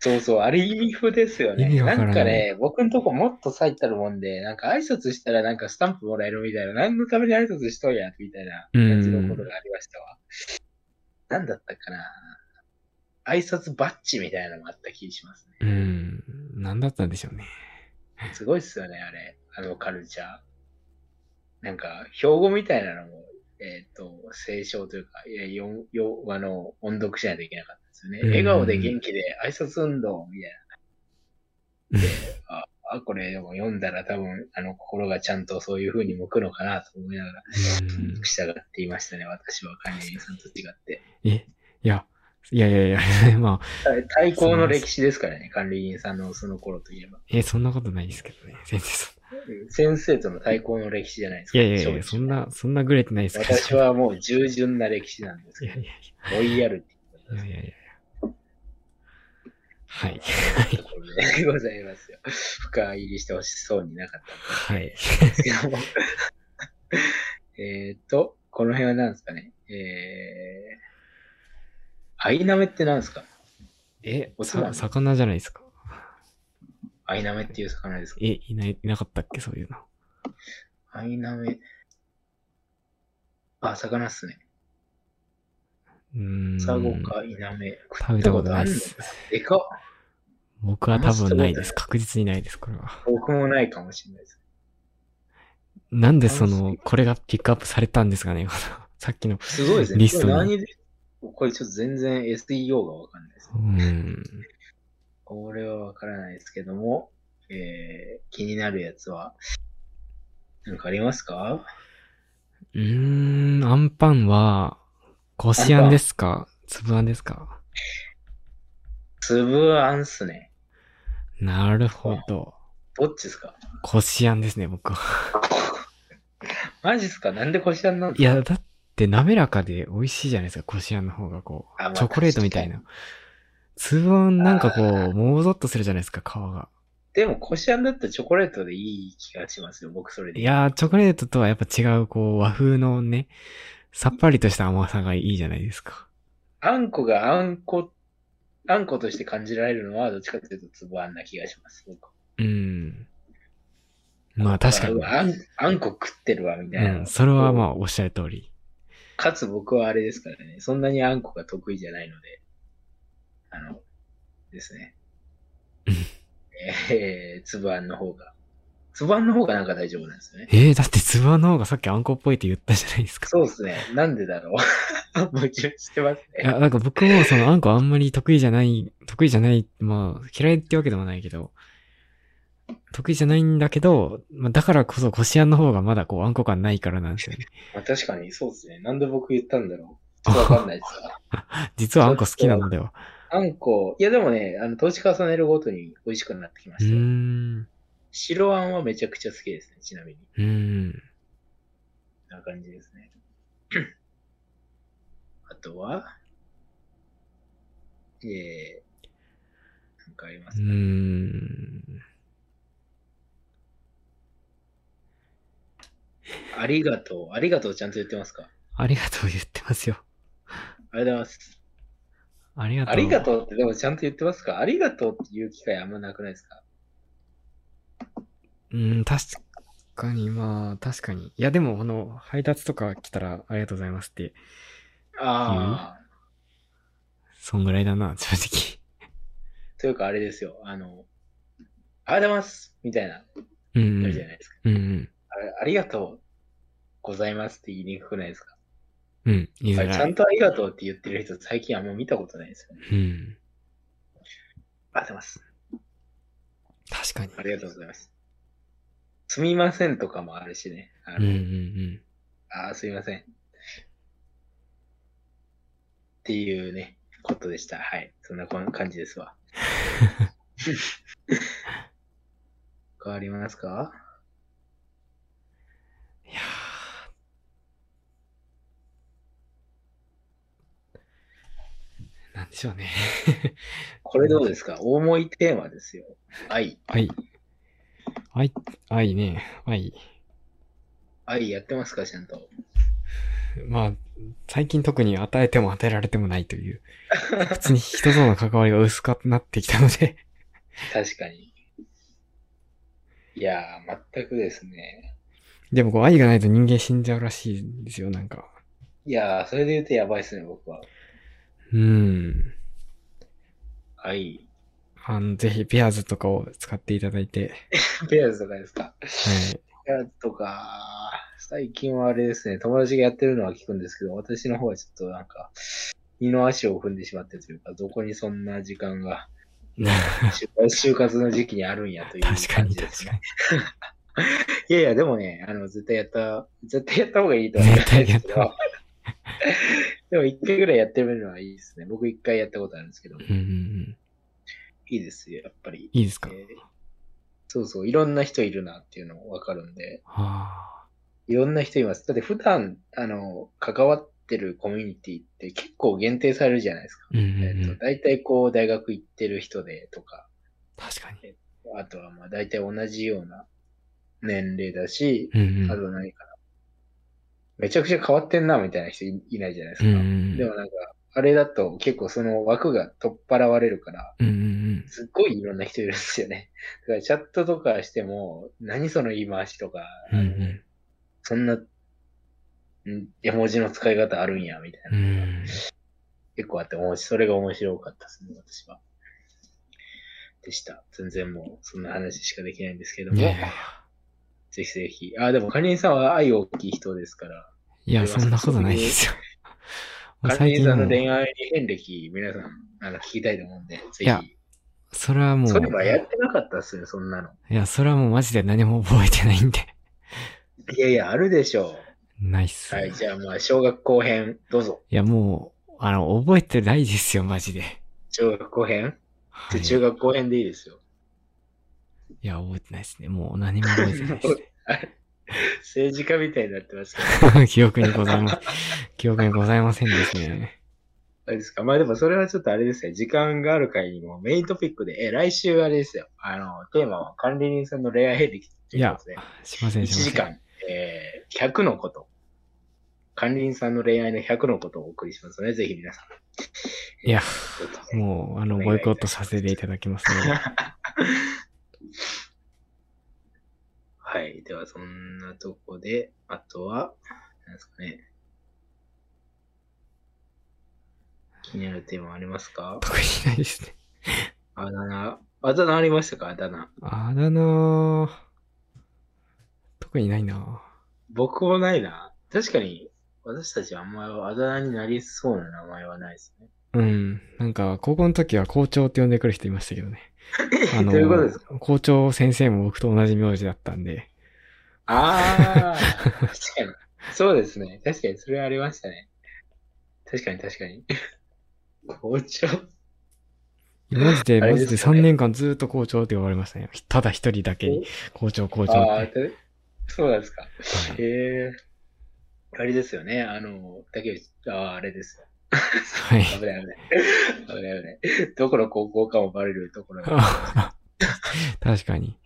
A: そうそう、あれ意味不ですよね。
B: 意味わ
A: な
B: からない
A: んかね、僕のとこもっと最たるもんで、なんか挨拶したらなんかスタンプもらえるみたいな、何のために挨拶しとんや、みたいな感じのことがありましたわ。なんだったかな挨拶バッジみたいなのもあった気します
B: う。うん。何だったんでしょうね。
A: ね。すごいっすよね、あれ。あのカルチャー。なんか、標語みたいなのも、えっ、と、清唱というか、いや、よ、よ、あの、音読しないといけなかったですよね。
B: うん
A: 笑顔で元気で挨拶運動みたいな。あ、これでも読んだら多分、あの、心がちゃんとそういう風に向くのかなと思いながら、
B: うん
A: 従っていましたね、私は管理人さんと違って。
B: え、いや、いやいやいや、 まあ、
A: 対抗の歴史ですからね、管理人さんのその頃といえば。
B: え、そんなことないですけどね。全然そん
A: 先生との対抗の歴史じゃないですか。
B: いやいやい
A: 正直
B: や、そん。な、そんなグレてないですけど。
A: 私はもう従順な歴史なんです
B: い
A: け
B: やい
A: ど
B: や、い
A: ロイヤルテ
B: や、いやいやいや。はい。
A: ィのところでございますよ。 深入りしてほしそうになかった
B: はい。
A: んですけども。 えーっと、この辺は何ですかね。えー、アイナメって何ですか
B: え、
A: おつま
B: さ
A: み
B: 魚じゃないですか。
A: アイナメっていう魚ですか
B: え、いない、いなかったっけそういうの。
A: アイナメ。あ、魚っすね。
B: うーん。
A: サゴかイナメ。
B: 食べたことないです。
A: えかっ
B: 僕は多分ないです。確実にないです、これは。
A: 僕もないかもしれないです。
B: なんでそ
A: 楽し
B: の、
A: い
B: これがピックアップされたんですかね、このさっきの。
A: すごいですね。
B: リストに
A: これ何でこれちょっと全然 SEO がわかんないです
B: う。ん。
A: これはわからないですけども、えー、気になるやつは、なんかありますか
B: うーん、アンパンは、こしあんですか粒あんですか
A: 粒あんっすね。
B: なるほど。
A: どっちですか
B: こしあんですね、僕は。
A: マジっすかなんでこしあんなん
B: いや、だって滑らかで美味しいじゃないですか、こしあんの方がこ
A: あまあ
B: う。チョコレートみたいな。粒あんなんかこう、もぞっとするじゃないですか、皮が。
A: でもこしあんだったらチョコレートでいい気がしますよ。僕それで。
B: いやー、チョコレートとはやっぱ違う、こう、和風のね、さっぱりとした甘さがいいじゃないですか。
A: あんこがあんこ、あんことして感じられるのは、どっちかというと粒あんな気がします。僕
B: うん。まあ確かに。
A: あんあんこ食ってるわ、みたいな。
B: うん、それはまあおっしゃる通り。
A: かつ僕はあれですからね、そんなにあんこが得意じゃないので、あの、ですね
B: うん。
A: えー、つぶあんの方が。つぶあんの方がなんか大丈夫なんですよね。
B: えー、だってつぶあんの方がさっきあんこっぽいって言ったじゃないですか。
A: そうですね。なんでだろう。 矛盾してます
B: い
A: ね。
B: や、なんか僕もそのあんこあんまり得意じゃない、得意じゃない、まあ嫌いってわけでもないけど、得意じゃないんだけど、まあだからこそこしあんの方がまだこうあんこ感ないからなんですよね。
A: まあ、確かにそうですね。なんで僕言ったんだろう。ちょっとわかんないです が。
B: 実はあんこ好きなのでは。
A: あんこ、いやでもね、あの、年重ねるごとに美味しくなってきま
B: う
A: した
B: ー
A: よ。
B: ん。
A: 白あんはめちゃくちゃ好きですね、ちなみに。
B: うーん。
A: こんな感じですね。 あとは、えー、なんかありま
B: う
A: す
B: ー
A: か、
B: ん。
A: ありがとう、ありがとうちゃんと言ってますか
B: ありがとう言ってますよ。
A: ありがとうございます。
B: ありがとう。
A: ありが
B: う。
A: とうってでもちゃんと言ってますかありがとうっていう機会あんまなくないですか
B: うん、確かに、まあ、確かに。いや、でも、あの、配達とか来たら、ありがとうございますって、
A: ああ、
B: そんぐらいだな、正直。
A: というかあれですよ、あの、ありがとうございますみたいな、
B: う
A: あ
B: ん、う
A: るじゃ
B: ん。
A: ないですか、
B: うん、
A: あれ。ありがとうございますって言いにくくないですか
B: うん。うん、言い
A: あ
B: づ
A: れち
B: ら
A: ゃ
B: い
A: ん。とありがとうって言ってる人最近あんま見たことないですよね。
B: うん。
A: ありがとうございます。
B: 確かに。
A: ありがとうございます。すみませんとかもあるしね。あ
B: うん、
A: の
B: うん、うん。
A: あー、すみません。っていうね、ことでした。はい。そんなこん感じですわ。 変わりますか
B: いやーなんでしょうね。
A: これどうですか重いテーマですよ。愛。
B: 愛。愛、愛ね。愛。
A: 愛やってますかちゃんと。
B: まあ、最近特に与えても与えられてもないという。普通に人との関わりが薄くなってきたので。
A: 確かに。いやー、全くですね。
B: でもこう愛がないと人間死んじゃうらしいんですよ、なんか。
A: いやー、それで言うとやばいですね、僕は。
B: うん。
A: 愛。
B: あの、ぜひ、ペアーズとかを使っていただいて。
A: ペアーズとかですか
B: はい。
A: ペアーズとか、最近はあれですね、友達がやってるのは聞くんですけど、私の方はちょっとなんか、二の足を踏んでしまってというか、どこにそんな時間が、就 活就活の時期にあるんやという感じ
B: 確かに、
A: です
B: 確
A: ね
B: かに。
A: いやいや、でもね、あの、絶対やった、絶対やった方がいいとは思うんですけ
B: 絶対やった
A: ど。 でも一回ぐらいやってみるのはいいですね。僕一回やったことあるんですけど、い
B: うんうんうん。
A: いですよ、やっぱり。
B: いいですか、
A: えーそうそう、いろんな人いるなっていうのわかるんで、
B: はあ。
A: いろんな人います。だって普段、あの、関わってるコミュニティって結構限定されるじゃないですか。
B: うんうん
A: えっ
B: う
A: と、
B: ん。
A: 大体こう、大学行ってる人でとか、
B: 確かに。
A: あとはまあ大体同じような年齢だし、
B: うんう
A: あ
B: ん。
A: と何かな。めちゃくちゃ変わってんな、みたいな人いいないじゃないです
B: うんう
A: か。
B: ん。
A: でもなんか、あれだと結構その枠が取っ払われるから、
B: うんうん
A: すっごいいろんな人いるんですよね。 だからチャットとかしても、何その言い回しとか、
B: うん。うんうん
A: そんな、ん絵文字の使い方あるんや、みたいな。
B: うん。
A: 結構あって、面白いそれが面白かったですね、私は。でした。全然もう、そんな話しかできないんですけども
B: い、やいやいや
A: ぜひぜひ。あ、でも、カニエさんは愛大きい人ですから、
B: いや、そんなことないですよ。も う
A: カニ
B: 最
A: エ
B: 近
A: さん
B: も
A: の
B: う、
A: 恋愛遍歴、皆さん、あの、聞きたいと思うんで、ぜ
B: いや
A: ひ。
B: それはもう、
A: そういえばやってなかったっすよ、そんなの。
B: いや、それはもうマジで何も覚えてないんで。
A: いやいや、あるでしょ
B: ないっす。
A: う。はい、
B: い
A: じゃあ、まあ、小学校編、どうぞ。
B: や、もう、あの、覚えてないですよ、マジで。
A: 小学校編
B: は
A: で
B: い、
A: 中学校編でいいですよ。
B: いや、覚えてないですね。もう何も覚えてないです
A: 政治家みたいになってますけど。
B: ね。 記憶にございま、記憶にございませんですね。
A: あれですか。まあでもそれはちょっとあれですね。時間がある回にもメイントピックで、え、来週あれですよ。あの、テーマは管理人さんの恋愛遍歴と
B: い
A: いうこ
B: や
A: とで、、
B: しませ
A: 1
B: ん、しませ
A: 時
B: ん。
A: 間、えー、100のこと。管理人さんの恋愛の100のことをお送りしますので、ぜひ皆さん。
B: いや、
A: ちょっとね
B: もう、あの、
A: お願いいたします
B: ボイコットさせていただきますので。
A: はい。では、そんなとこで、あとは、なんですかね。気になるテーマありますか
B: 特にないですね。
A: あだ名。あだ名ありましたかあだ名。
B: あだ名特にないな
A: 僕もないな。確かに、私たちはあんまりあだ名になりそうな名前はないですね。
B: うん。なんか、高校の時は校長って呼んでくる人いましたけどね。あ の
A: どういうことですか
B: 校長先生も僕と同じ名字だったんで。
A: ああ、確かに。そうですね。確かに、それはありましたね。確かに、確かに。 校長
B: マジで、
A: あれ
B: マ
A: です
B: ジ
A: かね
B: で3年間ずっと校長って呼ばれましたね。ただ一人だけに、校長校長って。
A: あ
B: は
A: あ
B: い、
A: そうなんですか。へえ。あれですよね。あの、竹内、ああ、あれですよ。
B: はい。
A: 危ない危ない。危ない危ない。どこの高校かもバレるところが。
B: 確かに。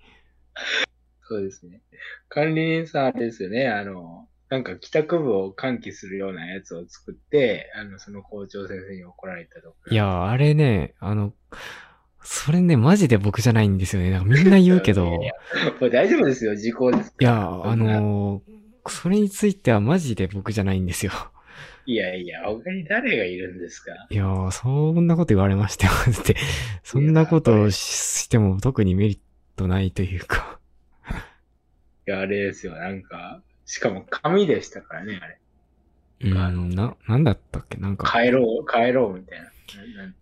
A: そうですね。管理人さんあれですよね。あの、なんか帰宅部を喚起するようなやつを作って、あの、その校長先生に怒られたとか。
B: いや、あれね、あの、それね、マジで僕じゃないんですよね。なんかみんな言うけ
A: いや い、
B: ど
A: やこれ大丈夫ですよ。時効です。
B: いや、あのーそれについてはマジで僕じゃないんですよ。
A: いやいや、他に誰がいるんですか
B: いやー、そんなこと言われましても、だって、 そんなことをししても特にメリットないというか。
A: いや、あれですよ。なんか、しかも紙でしたからね、あれ。
B: うん、な、なんだったっけなんか、
A: 帰ろう、帰ろう、みたいな。ななん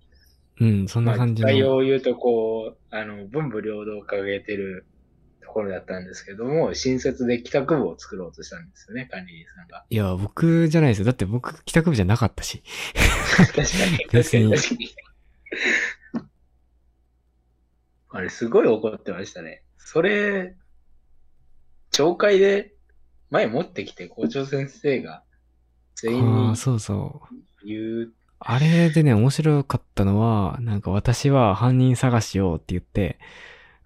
B: うん、そんな感じの。
A: 概要を言うと、こう、あの、文武両道を掲げてるところだったんですけども、新設で帰宅部を作ろうとしたんですよね、管理人さんが。
B: いや、僕じゃないですよ。だって僕、帰宅部じゃなかったし。
A: 確かに、確かに、確かに。あれ、すごい怒ってましたね。それ、懲戒で、前持ってきて、校長先生が、全員
B: あ
A: に
B: あ、そうそう。
A: 言う。
B: あれでね、面白かったのは、なんか私は犯人探しをって言って、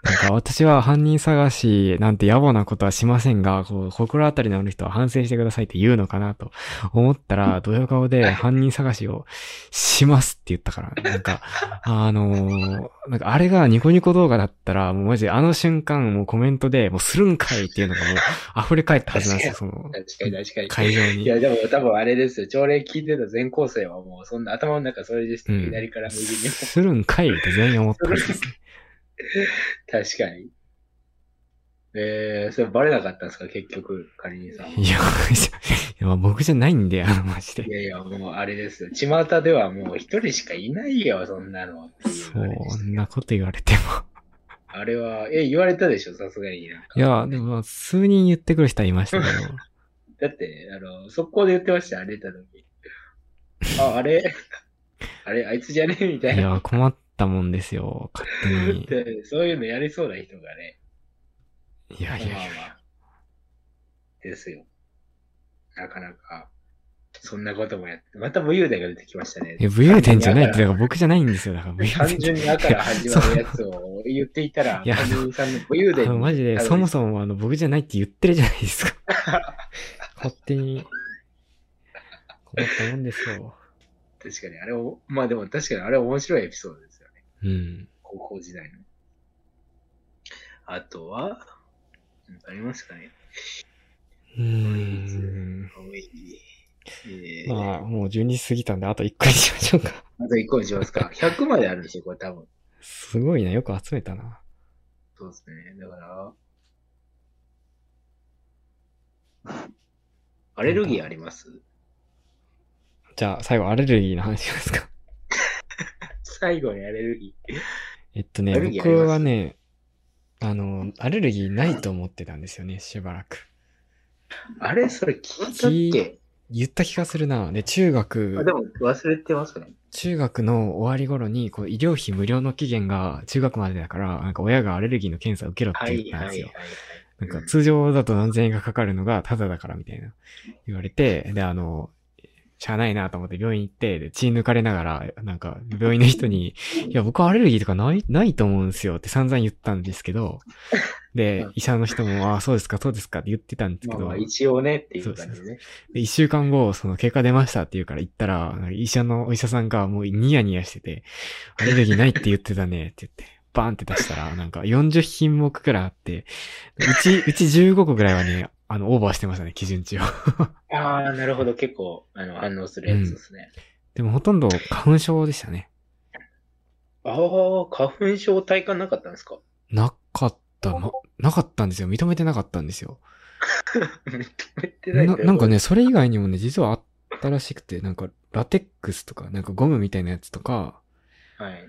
B: なんか私は犯人探し なんて野暮なことはしませんが、こう、心当たりのある人は反省してくださいって言うのかなと思ったら、ドヤ顔で犯人探しをしますって言ったから、なんか、あのーなんかあれがニコニコ動画だったら、もうマジであの瞬間、もうコメントで、もうするんかいっていうのがもう溢れ返ったはずなんですよ、その、
A: 確かに、確かに。
B: 会場
A: い
B: に。
A: や、でも多分あれですよ。朝礼聞いてた全校生はもう、そんな頭の中それでした、
B: うん
A: 左から右に。
B: するんかいって全員思ったはずですね。
A: 確かに。えー、それバレなかったんですか、結局、管理人さんは。
B: いや、い やまあ僕じゃないんで、あの、マジ
A: い
B: で。
A: やいや、もうあれですよ。巷ではもう一人しかいないよ、そんなの。っていう
B: そ
A: あれでした
B: んなこと言われても。
A: あれは、え、言われたでしょ、さすがになんか。
B: いや、でもまあ、数人言ってくる人はいましたけど。
A: だって、あの、速攻で言ってましたよ、あれた時。あ、あ れあれ、あいつじゃ ねみたい
B: い
A: な。
B: や、困ったもんですよ、勝手 に。
A: でそういうのやりそうな人がね。
B: いや
A: ま
B: い
A: あ
B: やい
A: ま
B: や。
A: あ。ですよ。なかなか、そんなこともやって、また武勇伝が出てきましたね
B: い。や、武勇伝じゃないって、だから僕じゃないんですよ、だから武勇
A: 単
B: 伝
A: 純に「あ」から始まるやつを言っていたら、
B: いや
A: 管理人さんの武勇
B: あ
A: 伝
B: の、
A: に
B: マジで、
A: たどり着く
B: そもそも、あの、僕じゃないって言ってるじゃないですか。勝手に困ったもんですよ。
A: 確かに、あれを、まあでも確かにあれ面白いエピソードですよね。
B: うん。
A: 高校時代の。あとは、なんかありますかね。
B: うーん。
A: おいえー
B: まあ、もう12時過ぎたんで、あと1個にしましょうか。
A: あと1個にしますか。100まであるんですよ、これ多分。
B: すごいな、よく集めたな。
A: そうですね。だから、 アレルギーあります
B: じゃあ、最後、アレルギーの話しますか。
A: 最後にアレルギー。
B: えっと
A: ア
B: ね、
A: レルギーあります
B: 僕はね、あの、アレルギーないと思ってたんですよね、しばらく。
A: あれそれ聞いたっけ
B: 言った気がするな。で、中
A: あで
B: 学、
A: も忘れてますね。
B: 中学の終わり頃に、こう、医療費無料の期限が中学までだから、なんか親がアレルギーの検査を受けろ
A: は
B: って
A: い
B: 言
A: はい
B: ったん
A: は
B: です
A: い
B: よ
A: は。い。
B: なんか通常だと何千円がかかるのがタダだからみたいな言われて、で、あの、しゃあないなと思って病院行って、で、血抜かれながら、なんか病院の人 に、いや、僕アレルギーとかない、ないと思うんですよって散々言ったんですけど、で
A: うん、
B: 医者の人も、ああ、そうですか、そうですかって言ってたんです
A: ま
B: け
A: あ
B: ど、
A: まあ一応ねっていう感じでね。
B: で、一週間後、その結果出ましたって言うから行ったら、なんか医者のお医者さんがもうニヤニヤしてて、アレルギーないって言ってたねって言って、バーンって出したら、なんか40品目くらいあって、う ち、うち15個くらいはね、あの、オーバーしてましたね、基準値を。
A: ああ、なるほど。結構あの反応するやつですね。
B: でもほとんど花粉症でしたね。
A: ああ、花粉症体感なかったんですか
B: なかった、な、なかったんですよ。認めてなかったんですよ。
A: 認めてない
B: な
A: ということ
B: なんか、ね、それ以外にもね、実はあったらしくて、なんか、ラテックスとか、なんかゴムみたいなやつとか、
A: はい。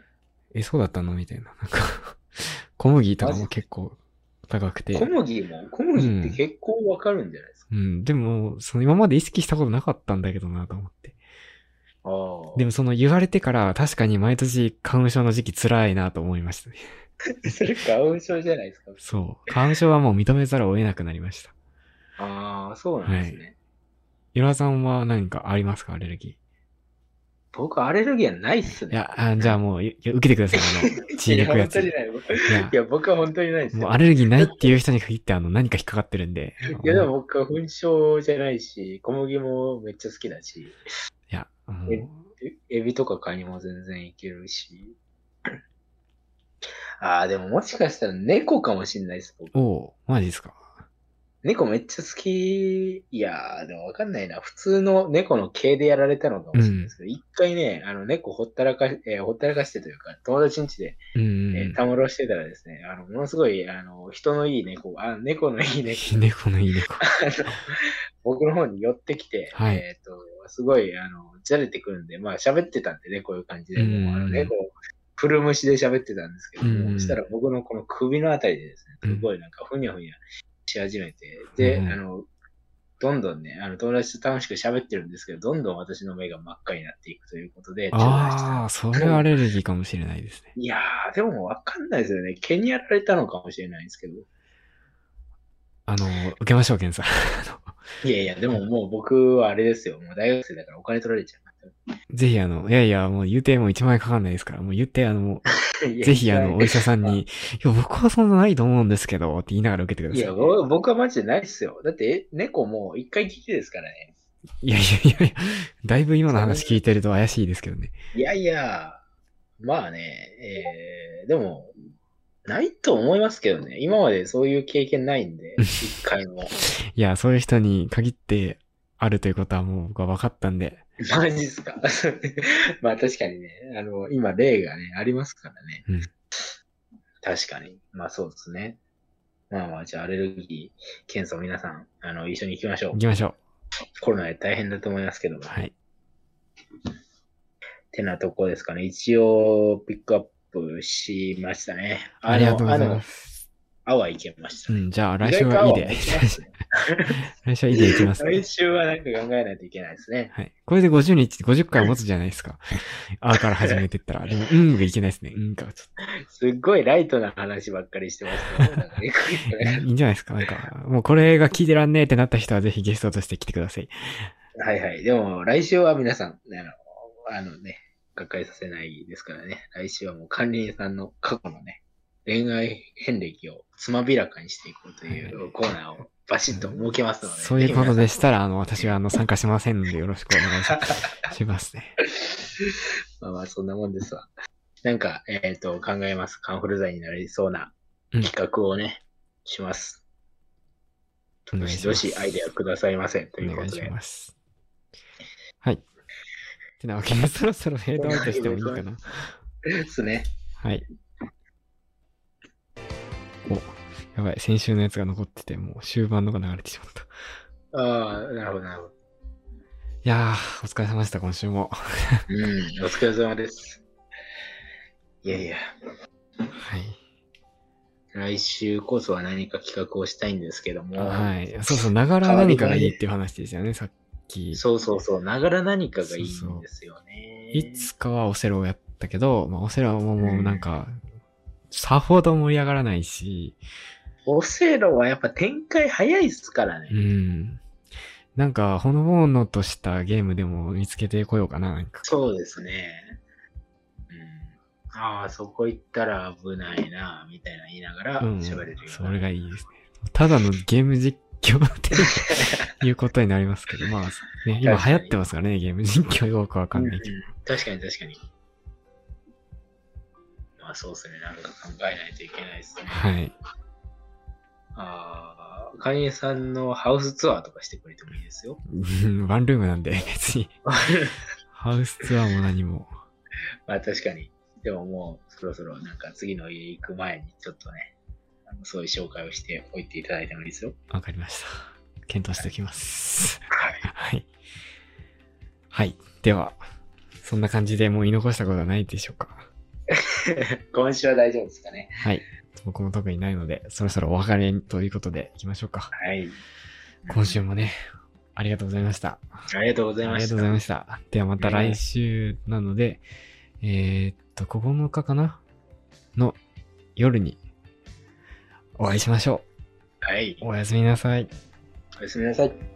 B: え、そうだったのみたいな。なんか、小麦とか
A: マジ
B: も結構高くて
A: 小。麦も、小麦って結構わかるんじゃないですか。
B: うん、でも、その今まで意識したことなかったんだけどなと思って。
A: ああ。
B: でもその言われてから確かに毎年花粉症の時期辛いなと思いましたね。
A: それ花粉症じゃないですか。
B: そう。花粉症はもう認めざるを得なくなりました。
A: ああ、そうなんですね。
B: いろはさんは何かありますかアレルギ
A: 僕、アレルギーはないっす
B: ー。
A: ね。
B: いや、あじゃあもう、いいや受けてください。あ の、血
A: い
B: 抜
A: や
B: くや
A: 本
B: つ。
A: 当に
B: い
A: ない。僕
B: や
A: い、や、僕は本当にないです
B: もう
A: よ。
B: アレルギーないっていう人に限ってあの、何か引っかかってるんで。
A: いや、でも僕、花粉症じゃないし、小麦もめっちゃ好きだし、
B: いや、も
A: え
B: う、
A: エビとかカニも全然いけるし。 ああ、でももしかしたら猫かもしんないです、僕。
B: おうマジですか。
A: 猫めっちゃ好き。いやー、でもわかんないな。普通の猫の毛でやられたのかもしれないですけど、一、回ね、あの、猫ほったらかし、えーほったらかしてというか、友達ん家で
B: うんうん
A: え
B: うん
A: ー。たむろしてたらですね、あの、ものすごい、あの、人のいい猫が、あ猫のいい 猫
B: いい猫のいい猫。
A: あの僕の方に寄ってきて、
B: はい
A: えっ、と、すごい、あの、じゃれてくるんで、まあ喋ってたんでね、こういう感じで、
B: うん
A: もうあの猫、プル虫で喋ってたんですけども、
B: うん
A: そしたら僕のこの首のあたりでですね、すごいなんかふにゃふにゃし始めて、で、
B: うん
A: あの、どんどんね、あの、友達と楽しく喋ってるんですけど、どんどん私の目が真っ赤になっていくということで、
B: ああ、それはアレルギーかもしれないで すね。
A: いやー、でもわかんないですよね。毛にやられたのかもしれないんですけど。
B: あの、受けましょう、検査。
A: いやいや、でももう僕はあれですよ。もう大学生だからお金取られちゃ
B: ぜひ、あの、いやいや、もう言うてもう1万円かかんないですから、もう言って、あの、
A: う。いや
B: ぜひ、あの、お医者さんに、いや、僕はそんなないと思うんですけど、って言いながら受けてくだ
A: い
B: さい。い
A: や、ぼ僕はマジでないっすよ。だって、え猫もう一回聞いてですからね。
B: やいやいやいや、だいぶ今の話聞いてると怪しいですけどね。
A: いやいや、まあね、えー、でも、ないと思いますけどね。今までそういう経験ないんで、一回も。
B: いや、そういう人に限ってあるということはもう僕は分かったんで、
A: マジっすかまあ確かにね、あの、今例がね、ありますからね。
B: うん
A: 確かに。まあそうですね。まあまあ、じゃあアレルギー検査を皆さん、あの、一緒に行きましょう
B: 行。きましょ
A: コロナで大変だと思いますけども。
B: う。はい。
A: てなとこですかね。一応、ピックアップしましたね。の
B: ありがとうございま。す。
A: あの、あはいけました。
B: うん、じゃあ、来週はいい
A: 意外とあは
B: で
A: い。けますね
B: 来週はいいで行きます、ね。
A: 来週はなんか考えないといけないですね。
B: はい。これで50日、50回持つじゃないですか。あから始めてったら。でも、うんがいけないですね。うんが。ちょ
A: すっごいライトな話ばっかりしてますねなんかね
B: っといいいいんじゃないですか。なんか、もうこれが聞いてらんねえってなった人はぜひゲストとして来てください。
A: はいはい。でも、来週は皆さん、あの、あのね、学会させないですからね。来週はもう管理人さんの過去のね、恋愛遍歴をつまびらかにしていこうとい
B: は
A: うコーナーをバシッと設けますので。
B: そういうこと
A: ぜ
B: でしたら、あの、私はあの、参加しませんので、よろしくお願いししますね。
A: ひ皆さん。まあまあ、そんなもんですわ。なんか、えっ、と、考えます。カンフル剤になりそうな企画をね、します。
B: お願
A: ど
B: い
A: し
B: し
A: ど
B: ま
A: し
B: す。
A: アイデアくださいません。という
B: お
A: こ
B: 願い
A: と
B: し
A: で。
B: ます。はい。ってなわけで、そろそろフェードアウトしてもいいかな。
A: ですね。
B: はい。お、やばい、先週のやつが残ってて、もう終盤のが流れてしまった。い
A: ああ、なるほど、なるほど。
B: やー、お疲れ様でした、今週も。
A: うん、お疲れ様です。いやいや、
B: はい。
A: 来週こそは何か企画をしたいんですけども、
B: はい。そうそう、ながら何かがいいっていう話でしたよね、さっき。
A: そうそうそう、ながら何かがいい
B: そうそ
A: ん
B: う
A: ですよね。
B: いつかはオセロをやったけど、まあ、オセロはもうもうなんか、さほど盛り上がらないし、
A: オセロはやっぱ展開早いっすから
B: う
A: ね。
B: ん。なんか、ほのぼのとしたゲームでも見つけてこようかな、なんか。
A: そうですね。うん、ああ、そこ行ったら危ないな、みたいな言いながら
B: うん。
A: 喋れるよう
B: そ
A: な。
B: れがいいですね。ただのゲーム実況っていうことになりますけど、まあ、ね、今流行ってますからね、ゲーム実況よくわかんないけ
A: うん確かに確かに。まあそうですね、なんか考えないといけないですね。
B: ど。はい。
A: ああ、会員さんのハウスツアーとかしてくれてもいいですよ。
B: うんワンルームなんで、別に。ハウスツアーも何も。
A: まあ確かに。でももうそろそろなんか次の家行く前にちょっとね、あのそういう紹介をしておいていただいてもいいですよ。
B: わかりました。検討しておきます。
A: はい。
B: はい。はい。では、そんな感じでもう言い残したことはないでしょうか。
A: 今週は大丈夫ですかね。
B: はい。僕も特にないので、そろそろお別れということで行きましょうか。
A: はい。
B: 今週もね、ありがとうございました。
A: ありがとうござい
B: あ
A: ま
B: りが
A: し
B: と
A: た。
B: うございました。ではまた来週なので、えーっと、9日かなの夜にお会いしましょ。。
A: はいう
B: おやすみなさい。
A: おやすみなさい。